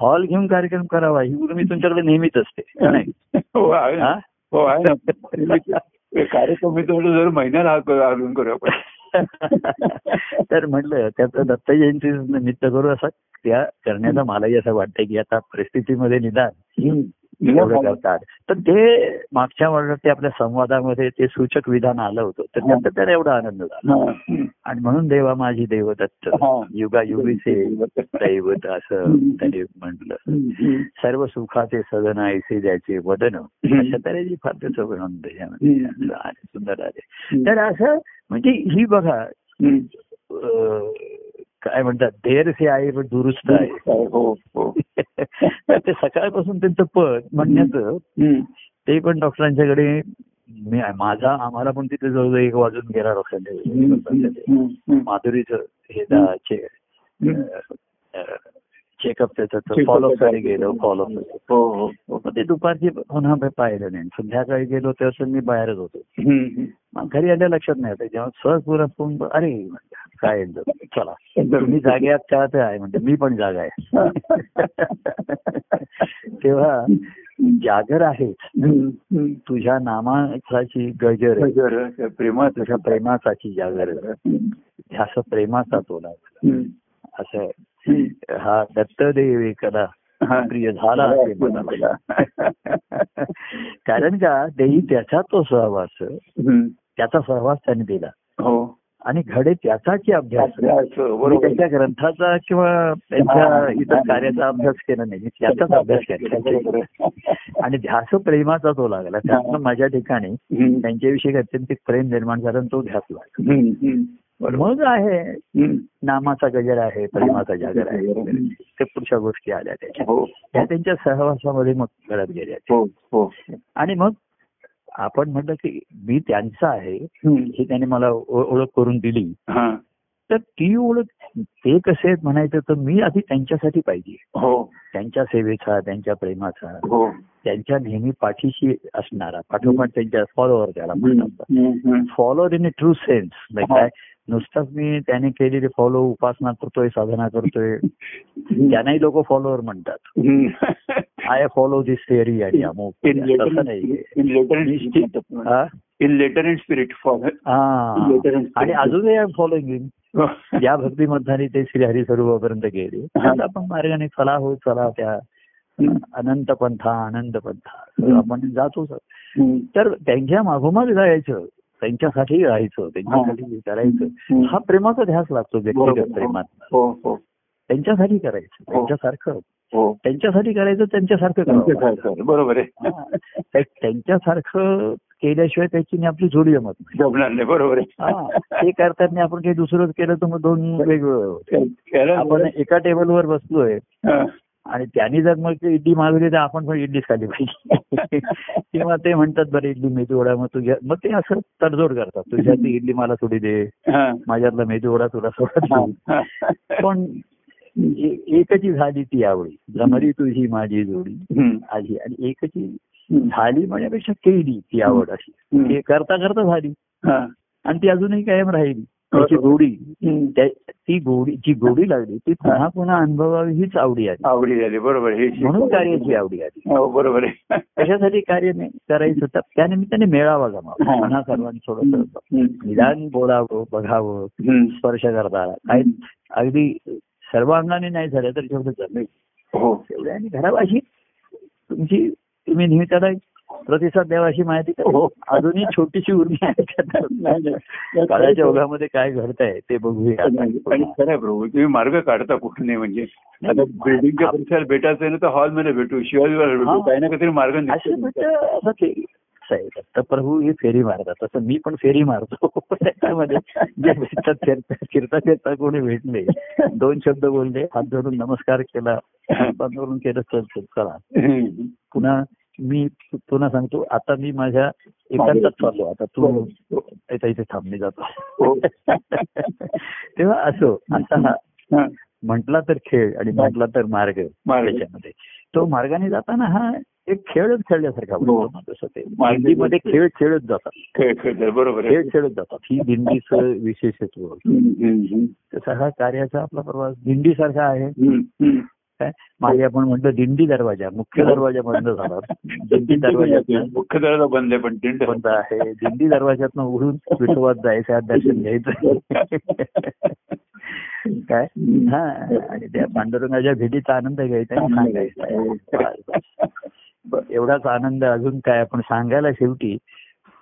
Speaker 2: हॉल घेऊन कार्यक्रम करावा ही उर्मी तुमच्याकडे नेहमीच असते नाही
Speaker 1: हो आहे ना.
Speaker 2: हा?
Speaker 1: हो आहे ना हे कार्यक्रम मी थोडं जर महिन्याला हा करू- अजून करू आपण
Speaker 2: तर म्हटलं त्याचं दत्त जयंती निमित्त करू असा त्या करण्याचा मलाही असं वाटतंय की आता परिस्थितीमध्ये निदान एवढं करतात तर ते मागच्या वर्षात ते आपल्या संवादामध्ये ते सूचक विधान आलं होतं तर त्याचा त्याला एवढा आनंद झाला
Speaker 1: हा.
Speaker 2: आणि म्हणून देवा माझी दैवदत्त
Speaker 1: हा.
Speaker 2: युगायुगीचे दैवत असं त्याने म्हटलं
Speaker 1: हम्म.
Speaker 2: सर्व सुखाचे सदन ऐसे ज्याचे वदन
Speaker 1: हम्म.
Speaker 2: अशा तऱ्हेची फार त्याचं वर्णन त्याच्यामध्ये
Speaker 1: हम्म.
Speaker 2: आहे, सुंदर आहे तर असं म्हणजे ही बघा
Speaker 1: हम्म.
Speaker 2: अं, काय म्हणतात देर से आहे पण दुरुस्त आहे
Speaker 1: हो हो
Speaker 2: तर ते सकाळपासून त्यांचं पद म्हणण्याचं
Speaker 1: हम्म.
Speaker 2: ते पण डॉक्टरांच्याकडे मी माझा आम्हाला पण तिथे जवळजवळ एक वाजून गेला डॉक्टरांच्या
Speaker 1: हम्म. हम्म.
Speaker 2: माधुरीचं हे
Speaker 1: हम्म.
Speaker 2: चेकअप त्याचं
Speaker 1: Check-up
Speaker 2: फॉलोअप
Speaker 1: करायचं.
Speaker 2: साठी गेलो फॉलोअप
Speaker 1: हो हो हो
Speaker 2: मग ते दुपारची पुन्हा मी पाहिलं नाही संध्याकाळी गेलो तेव्हा तर मी बाहेरच होतो
Speaker 1: हम्म.
Speaker 2: मग घरी आल्या लक्षात नाही आता जेव्हा सहज पुरा फोन ब- अरे म्हणलं, काय झालं? चला तुम्ही जागे आहात का ते आहे म्हणजे मी पण जागा आहे तेव्हा जागर आहे
Speaker 1: हम्म. हम्म.
Speaker 2: तुझ्या नामाची गजर आहे.
Speaker 1: जरा प्रेमात
Speaker 2: तुझ्या प्रेमासाची जागर आहे.
Speaker 1: हम्म.
Speaker 2: ध्यास प्रेमाचा तोला
Speaker 1: हम्म.
Speaker 2: असं
Speaker 1: हम्म.
Speaker 2: हा दत्तदेव एकाला
Speaker 1: हा.
Speaker 2: प्रिय झाला असे मनाला. कारण का देही त्याचा तो सहवास
Speaker 1: हम्म.
Speaker 2: त्याचा सहवास त्याने दिला
Speaker 1: हो
Speaker 2: आणि घडे त्याचाची अभ्यास मी
Speaker 1: बरोबर
Speaker 2: त्यांच्या ग्रंथाचा किंवा त्यांच्या इतर कार्याचा अभ्यास केला नाही मी त्याचाच अभ्यास केला आणि ध्यास प्रेमाचा तो लागला त्यातनं माझ्या ठिकाणी
Speaker 1: हम्म.
Speaker 2: त्यांच्याविषयी एक अत्यंतिक प्रेम निर्माण झालं आणि तो ध्यास लागला
Speaker 1: हम्म. हम्म.
Speaker 2: मग आहे
Speaker 1: हम्म.
Speaker 2: नामाचा गजर आहे प्रेमाचा जागर आहे वगैरे.
Speaker 1: हम्म.
Speaker 2: ते पुढच्या गोष्टी आल्या त्याच्या
Speaker 1: हो
Speaker 2: त्या त्यांच्या सहवासामध्ये मग घडत गेल्या
Speaker 1: हो हो
Speaker 2: आणि मग आपण म्हटलं की मी त्यांचा आहे
Speaker 1: हम्म.
Speaker 2: हे त्याने मला ओ- ओळख करून दिली
Speaker 1: हा.
Speaker 2: तर ती ओळख ते कसे आहेत म्हणायचं तर मी आधी त्यांच्यासाठी पाहिजे
Speaker 1: हो
Speaker 2: त्यांच्या सेवेचा त्यांच्या प्रेमाचा
Speaker 1: हो
Speaker 2: त्यांच्या नेहमी पाठीशी असणारा पाठोपाठ त्यांच्या फॉलोअर त्याला म्हणतात
Speaker 1: हम्म. हम्म.
Speaker 2: Follower in a true sense
Speaker 1: हा.
Speaker 2: काय नुसताच मी त्याने केलेली फॉलो उपासना करतोय साधना करतोय त्यांनाही लोक फॉलोअर म्हणतात
Speaker 1: हम्म.
Speaker 2: आय फॉलो दिस थिअरी आणि अमुक
Speaker 1: In letter
Speaker 2: तसं
Speaker 1: and-
Speaker 2: नाही
Speaker 1: in letter and spirit. In letter and spirit follow.
Speaker 2: Ah.
Speaker 1: Letter and spirit.
Speaker 2: आणि अजूनही आय फॉलोइंग
Speaker 1: हो.
Speaker 2: या भक्ती मधाने ते श्री हरी स्वरूपापर्यंत गेले
Speaker 1: हा.
Speaker 2: आता आपण मार्गाने चला हो चला त्या
Speaker 1: हम्म.
Speaker 2: अनंत पंथा अनंत पंथा तर
Speaker 1: हम्म.
Speaker 2: आपण जातो सर.
Speaker 1: हम्म.
Speaker 2: तर त्यांच्या मागोमाग जायचं त्यांच्यासाठी राहायचं त्यांच्यासाठी करायचं
Speaker 1: हो. हम्म.
Speaker 2: हा प्रेमाचा ध्यास लागतो व्यक्तिगत
Speaker 1: बरोबर.
Speaker 2: प्रेमात
Speaker 1: हो हो
Speaker 2: त्यांच्यासाठी करायचं त्यांच्यासारखं
Speaker 1: हो
Speaker 2: त्यांच्यासाठी करायचं त्यांच्यासारखं
Speaker 1: तुमचं
Speaker 2: करावं
Speaker 1: काय सर, बरोबर आहे
Speaker 2: हा. त्या- त्यांच्यासारखं केल्याशिवाय त्याची आणि आपली जोडी जमत नाही
Speaker 1: जमणार नाही बरोबर
Speaker 2: हा.
Speaker 1: आहे
Speaker 2: ते करतात नाही आपण काही दुसरंच केलं तर मग दोन वेगवेगळं होतं.
Speaker 1: त्याला-
Speaker 2: आपण एका टेबलवर बसलोय
Speaker 1: हा.
Speaker 2: आणि त्यांनी जर मग ती इडली मागवली तर आपण पण इडलीच खाली पाहिजे किंवा ते म्हणतात बरं इडली मेथी वडा मग तुझ्या मग ते असं तडजोड करतात तुझ्यातली इडली मला थोडी दे
Speaker 1: हा.
Speaker 2: माझ्यातला मेथी वडा तुला थोडा
Speaker 1: हा.
Speaker 2: दे
Speaker 1: हा.
Speaker 2: पण ए- एकची झाली ती आवडी जमली तुझी माझी जोडी
Speaker 1: हम्म.
Speaker 2: आली आणि एकची
Speaker 1: हम्म.
Speaker 2: झाली म्हणण्यापेक्षा केली ती आवड अशी
Speaker 1: हम्म.
Speaker 2: ते करता करता झाली
Speaker 1: हा.
Speaker 2: आणि ती अजूनही कायम राहिली त्याची
Speaker 1: बरोबर.
Speaker 2: गोडी
Speaker 1: हम्म.
Speaker 2: त्या- ती गोडी जी गोडी लागली ती पुन्हा पुन्हा अनुभवावी हीच आवडी आली
Speaker 1: आवडी झाली बरोबर हे
Speaker 2: म्हणून
Speaker 1: शिकवलं.
Speaker 2: कार्याची आवडी आली
Speaker 1: हो बरोबर आहे
Speaker 2: कशासाठी कार्य नाही करायचं तर त्यानिमित्ताने मेळावा जमावा
Speaker 1: हा.
Speaker 2: म्हणा सर्वांनी थोडस
Speaker 1: हम्म.
Speaker 2: निदान बोलावं बघावं
Speaker 1: हम्म.
Speaker 2: स्पर्श करताना काय अगदी सर्व अंगाने नाही झालं तर जेवढं जमेल
Speaker 1: हो
Speaker 2: तेवढ्या आणि घराबाशी तुमची तुम्ही निमित्ताला एक प्रतिसाद द्यावा अशी माहिती तर
Speaker 1: हो.
Speaker 2: अजूनही छोटीशी उर्मी आहे
Speaker 1: नाही, नाही.
Speaker 2: का? काळाच्या ओघामध्ये काय घडतंय ते बघूया आता.
Speaker 1: आणि खरं आहे प्रभू तुम्ही मार्ग काढता कुठून नाही म्हणजे आता बिल्डिंगच्या परिसरात भेटायचं आहे ना तर हॉलमध्ये भेटू शिवाजीवर भेटू
Speaker 2: हा.
Speaker 1: काही ना काहीतरी मार्ग निघतो
Speaker 2: असं म्हटलं असं ते साहेब, दत्तप्रभू हे फेरी मारतात तसं मी पण फेरी मारतो त्याच्यामध्ये जे भेटतात फिरता फिरता फिरता कोणी भेटले दोन शब्द बोलले हात धरून नमस्कार केला हातांवरून केलं तर तर चला
Speaker 1: हम्म.
Speaker 2: पुन्हा मी पुन्हा सांगतो आता मी माझ्या एकांतात चाललो आता तू इथं इथे थांबले जातो
Speaker 1: हो.
Speaker 2: तेव्हा असो आता हा
Speaker 1: हा.
Speaker 2: म्हटला तर खेळ आणि म्हटला तर मार्ग
Speaker 1: मार्ग.
Speaker 2: त्याच्यामध्ये तो मार्गाने जाताना हा एक खेळच खेळल्यासारखा
Speaker 1: हो.
Speaker 2: वाटतो मला तसं ते
Speaker 1: मार्ग-
Speaker 2: हिंदीमध्ये खेळ खेळत जातात
Speaker 1: खेळ खेळ बरोबर आहे
Speaker 2: खेळ खेळत जातात ही दिंडीचं विशेषत्व
Speaker 1: हम्म, हम्म, हम्म.
Speaker 2: तसा हा कार्याचा आपला प्रवास दिंडीसारखा आहे
Speaker 1: हम्म, हम्म.
Speaker 2: काय मागे आपण म्हटलं दिंडी दरवाजा मुख्य दरवाजा बंद झाला दिंडी दरवाजा
Speaker 1: मुख्य दरवाजा बंद आहे पण दिंड
Speaker 2: बंद आहे दिंडी दरवाज्यातनं उघडून विठोबात जायचं आत दर्शन घ्यायचं काय
Speaker 1: हम्म.
Speaker 2: हा आणि त्या पांडुरंगाच्या भेटीचा आनंद घ्यायचा आणि सांगायचा बस, बस. ब- एवढाच आनंद अजून काय आपण सांगायला शेवटी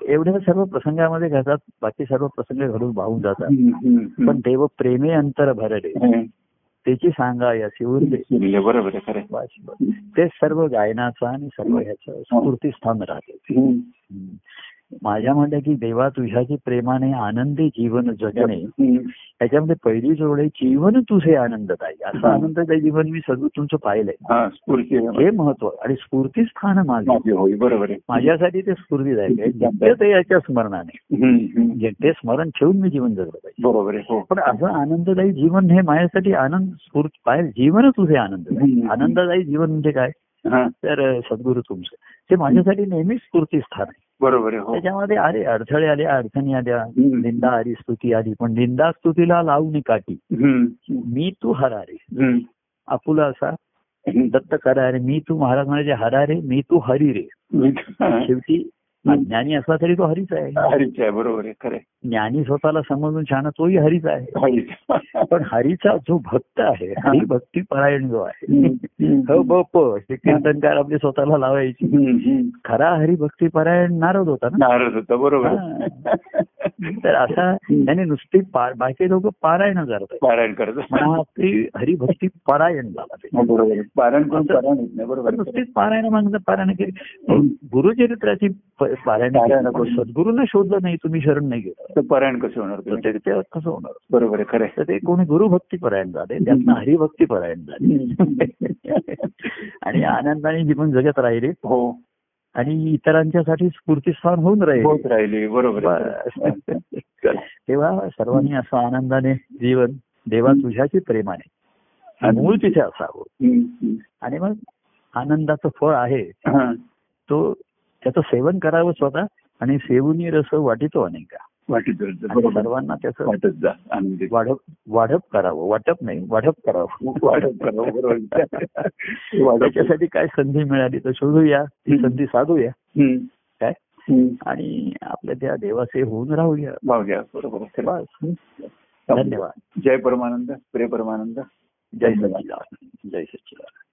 Speaker 2: एवढ्या सर्व प्रसंगामध्ये घडतात बाकी सर्व प्रसंग घडून वाहून जातात
Speaker 1: हम्म, हम्म, हम्म.
Speaker 2: पण देव प्रेमे अंतर भरले त्याची सांगा या शिवून
Speaker 1: हम्म, बरोबर आहे खरं आहे.
Speaker 2: बस, बस. ते सर्व गायनाचा आणि सर्व ह्याचं स्फूर्तीस्थान राहते
Speaker 1: हम्म.
Speaker 2: हम्म. माझ्या म्हणलं की देवा तुझ्याची प्रेमाने आनंदी जीवन जगणे
Speaker 1: हम्म.
Speaker 2: त्याच्यामध्ये पहिली जोड आहे जीवन तुझे आनंददायी असा
Speaker 1: हा.
Speaker 2: आनंददायी जीवन मी सगळं तुमचं पाहिलंय
Speaker 1: हा स्फूर्ती आहे.
Speaker 2: हे महत्व आणि स्फूर्तीस्थान माझे
Speaker 1: माझी होय बरोबर आहे
Speaker 2: माझ्यासाठी ते स्फूर्तीदायक आहे नित्य ते याच्या स्मरणाने
Speaker 1: हम्म, हम्म.
Speaker 2: म्हणजे ते स्मरण ठेवून मी जीवन जगलं पाहिजे
Speaker 1: बरोबर आहे हो
Speaker 2: पण असं आनंददायी जीवन हे माझ्यासाठी आनंद स्फूर्ती पाहिजे जीवन तुझे आनंददायी
Speaker 1: हम्म.
Speaker 2: आनंददायी जीवन म्हणजे काय
Speaker 1: हा,
Speaker 2: तर अं, सद्गुरू तुमचं ते माझ्यासाठी नेहमीच स्फूर्तीस्थान आहे
Speaker 1: बरोबर आहे हो
Speaker 2: त्याच्यामध्ये अरे अडथळे आले अडचणी आल्या
Speaker 1: हम्म.
Speaker 2: निंदा आली स्तुती आली पण निंदा स्तुतीला लावून काठी
Speaker 1: हम्म,
Speaker 2: मी तू हरारे
Speaker 1: हम्म,
Speaker 2: आपुला असा
Speaker 1: हम्म.
Speaker 2: दत्त करारे मी तू महाराज म्हणायचे हरारे मी तू हरी रे शेवटी अज्ञानी असला तरी तो हरीच आहे
Speaker 1: हरीच आहे बरोबर आहे खरे
Speaker 2: ज्ञानी स्वतःला समजून छान तोही हरीच आहे
Speaker 1: हरीच
Speaker 2: पण हरीचा जो भक्त आहे हरी भक्ती परायण जो आहे हो ब प हे कीर्तनकार आपली स्वतःला लावायची
Speaker 1: हम्म, हम्म.
Speaker 2: खरा हरी भक्ती परायण नारद होता ना
Speaker 1: नारद होता बरोबर आहे.
Speaker 2: तर असा त्याने नुसती पा- बाकी लोक पारायण करतात
Speaker 1: पारायण करत
Speaker 2: म्हणा ते हरिभक्ती पारायण झाला ते
Speaker 1: हो, बरोबर आहे. पारायण करून पारायण होत नाही बरोबर
Speaker 2: पण
Speaker 1: आहे.
Speaker 2: नुसतीच पारायण मागणं पारायण केली पण गुरुचरित्राची प- पारायण
Speaker 1: पारायण
Speaker 2: केली. सद्गुरूंना शोधलं नाही तुम्ही शरण नाही गेलं
Speaker 1: तर पारायण कसं होणार
Speaker 2: तर
Speaker 1: तुम्ही?
Speaker 2: ते ते कसं होणार
Speaker 1: बरोबर आहे खरं आहे.
Speaker 2: तर ते कोणी गुरुभक्ती परायण झाले त्यातनं हरिभक्ती परायण झाले आणि आनंदाने जीवन जगत राहिले
Speaker 1: हो
Speaker 2: आणि इतरांच्यासाठी स्फूर्तीस्थान होऊन राहिले
Speaker 1: होत राहिली बरोबर आहे.
Speaker 2: बस. तेव्हा सर्वांनी असं आनंदाने जीवन देवा तुझ्याची प्रेमाने आणि मूळ तिथे असावं
Speaker 1: हम्म, हम्म.
Speaker 2: आणि मग आनंदाचं फळ आहे
Speaker 1: हा.
Speaker 2: तो त्याचं सेवन करावं स्वतः आणि सेवनी रस वाटितो अनेका
Speaker 1: वाटत जायचं.
Speaker 2: आणि
Speaker 1: बरोबर
Speaker 2: सर्वांना त्याचं
Speaker 1: वाटत जा आनंदी
Speaker 2: वाढप वाढप करावं वाटप नाही वाढप करावं
Speaker 1: वाढत करा, बरोबर आहे. वाढत करा.
Speaker 2: त्याच्यासाठी काय संधी मिळाली तर शोधूया ती
Speaker 1: हम्म.
Speaker 2: संधी साधूया
Speaker 1: हम्म.
Speaker 2: काय?
Speaker 1: हम्म.
Speaker 2: आणि आपल्या त्या देवाचे होऊन राहूया
Speaker 1: भावल्या बरोबर आहे. खरं आहे.
Speaker 2: बस धन्यवाद
Speaker 1: जय परमानंद प्रिय परमानंद
Speaker 2: जय सच्चिदानंद जय सच्चिदानंद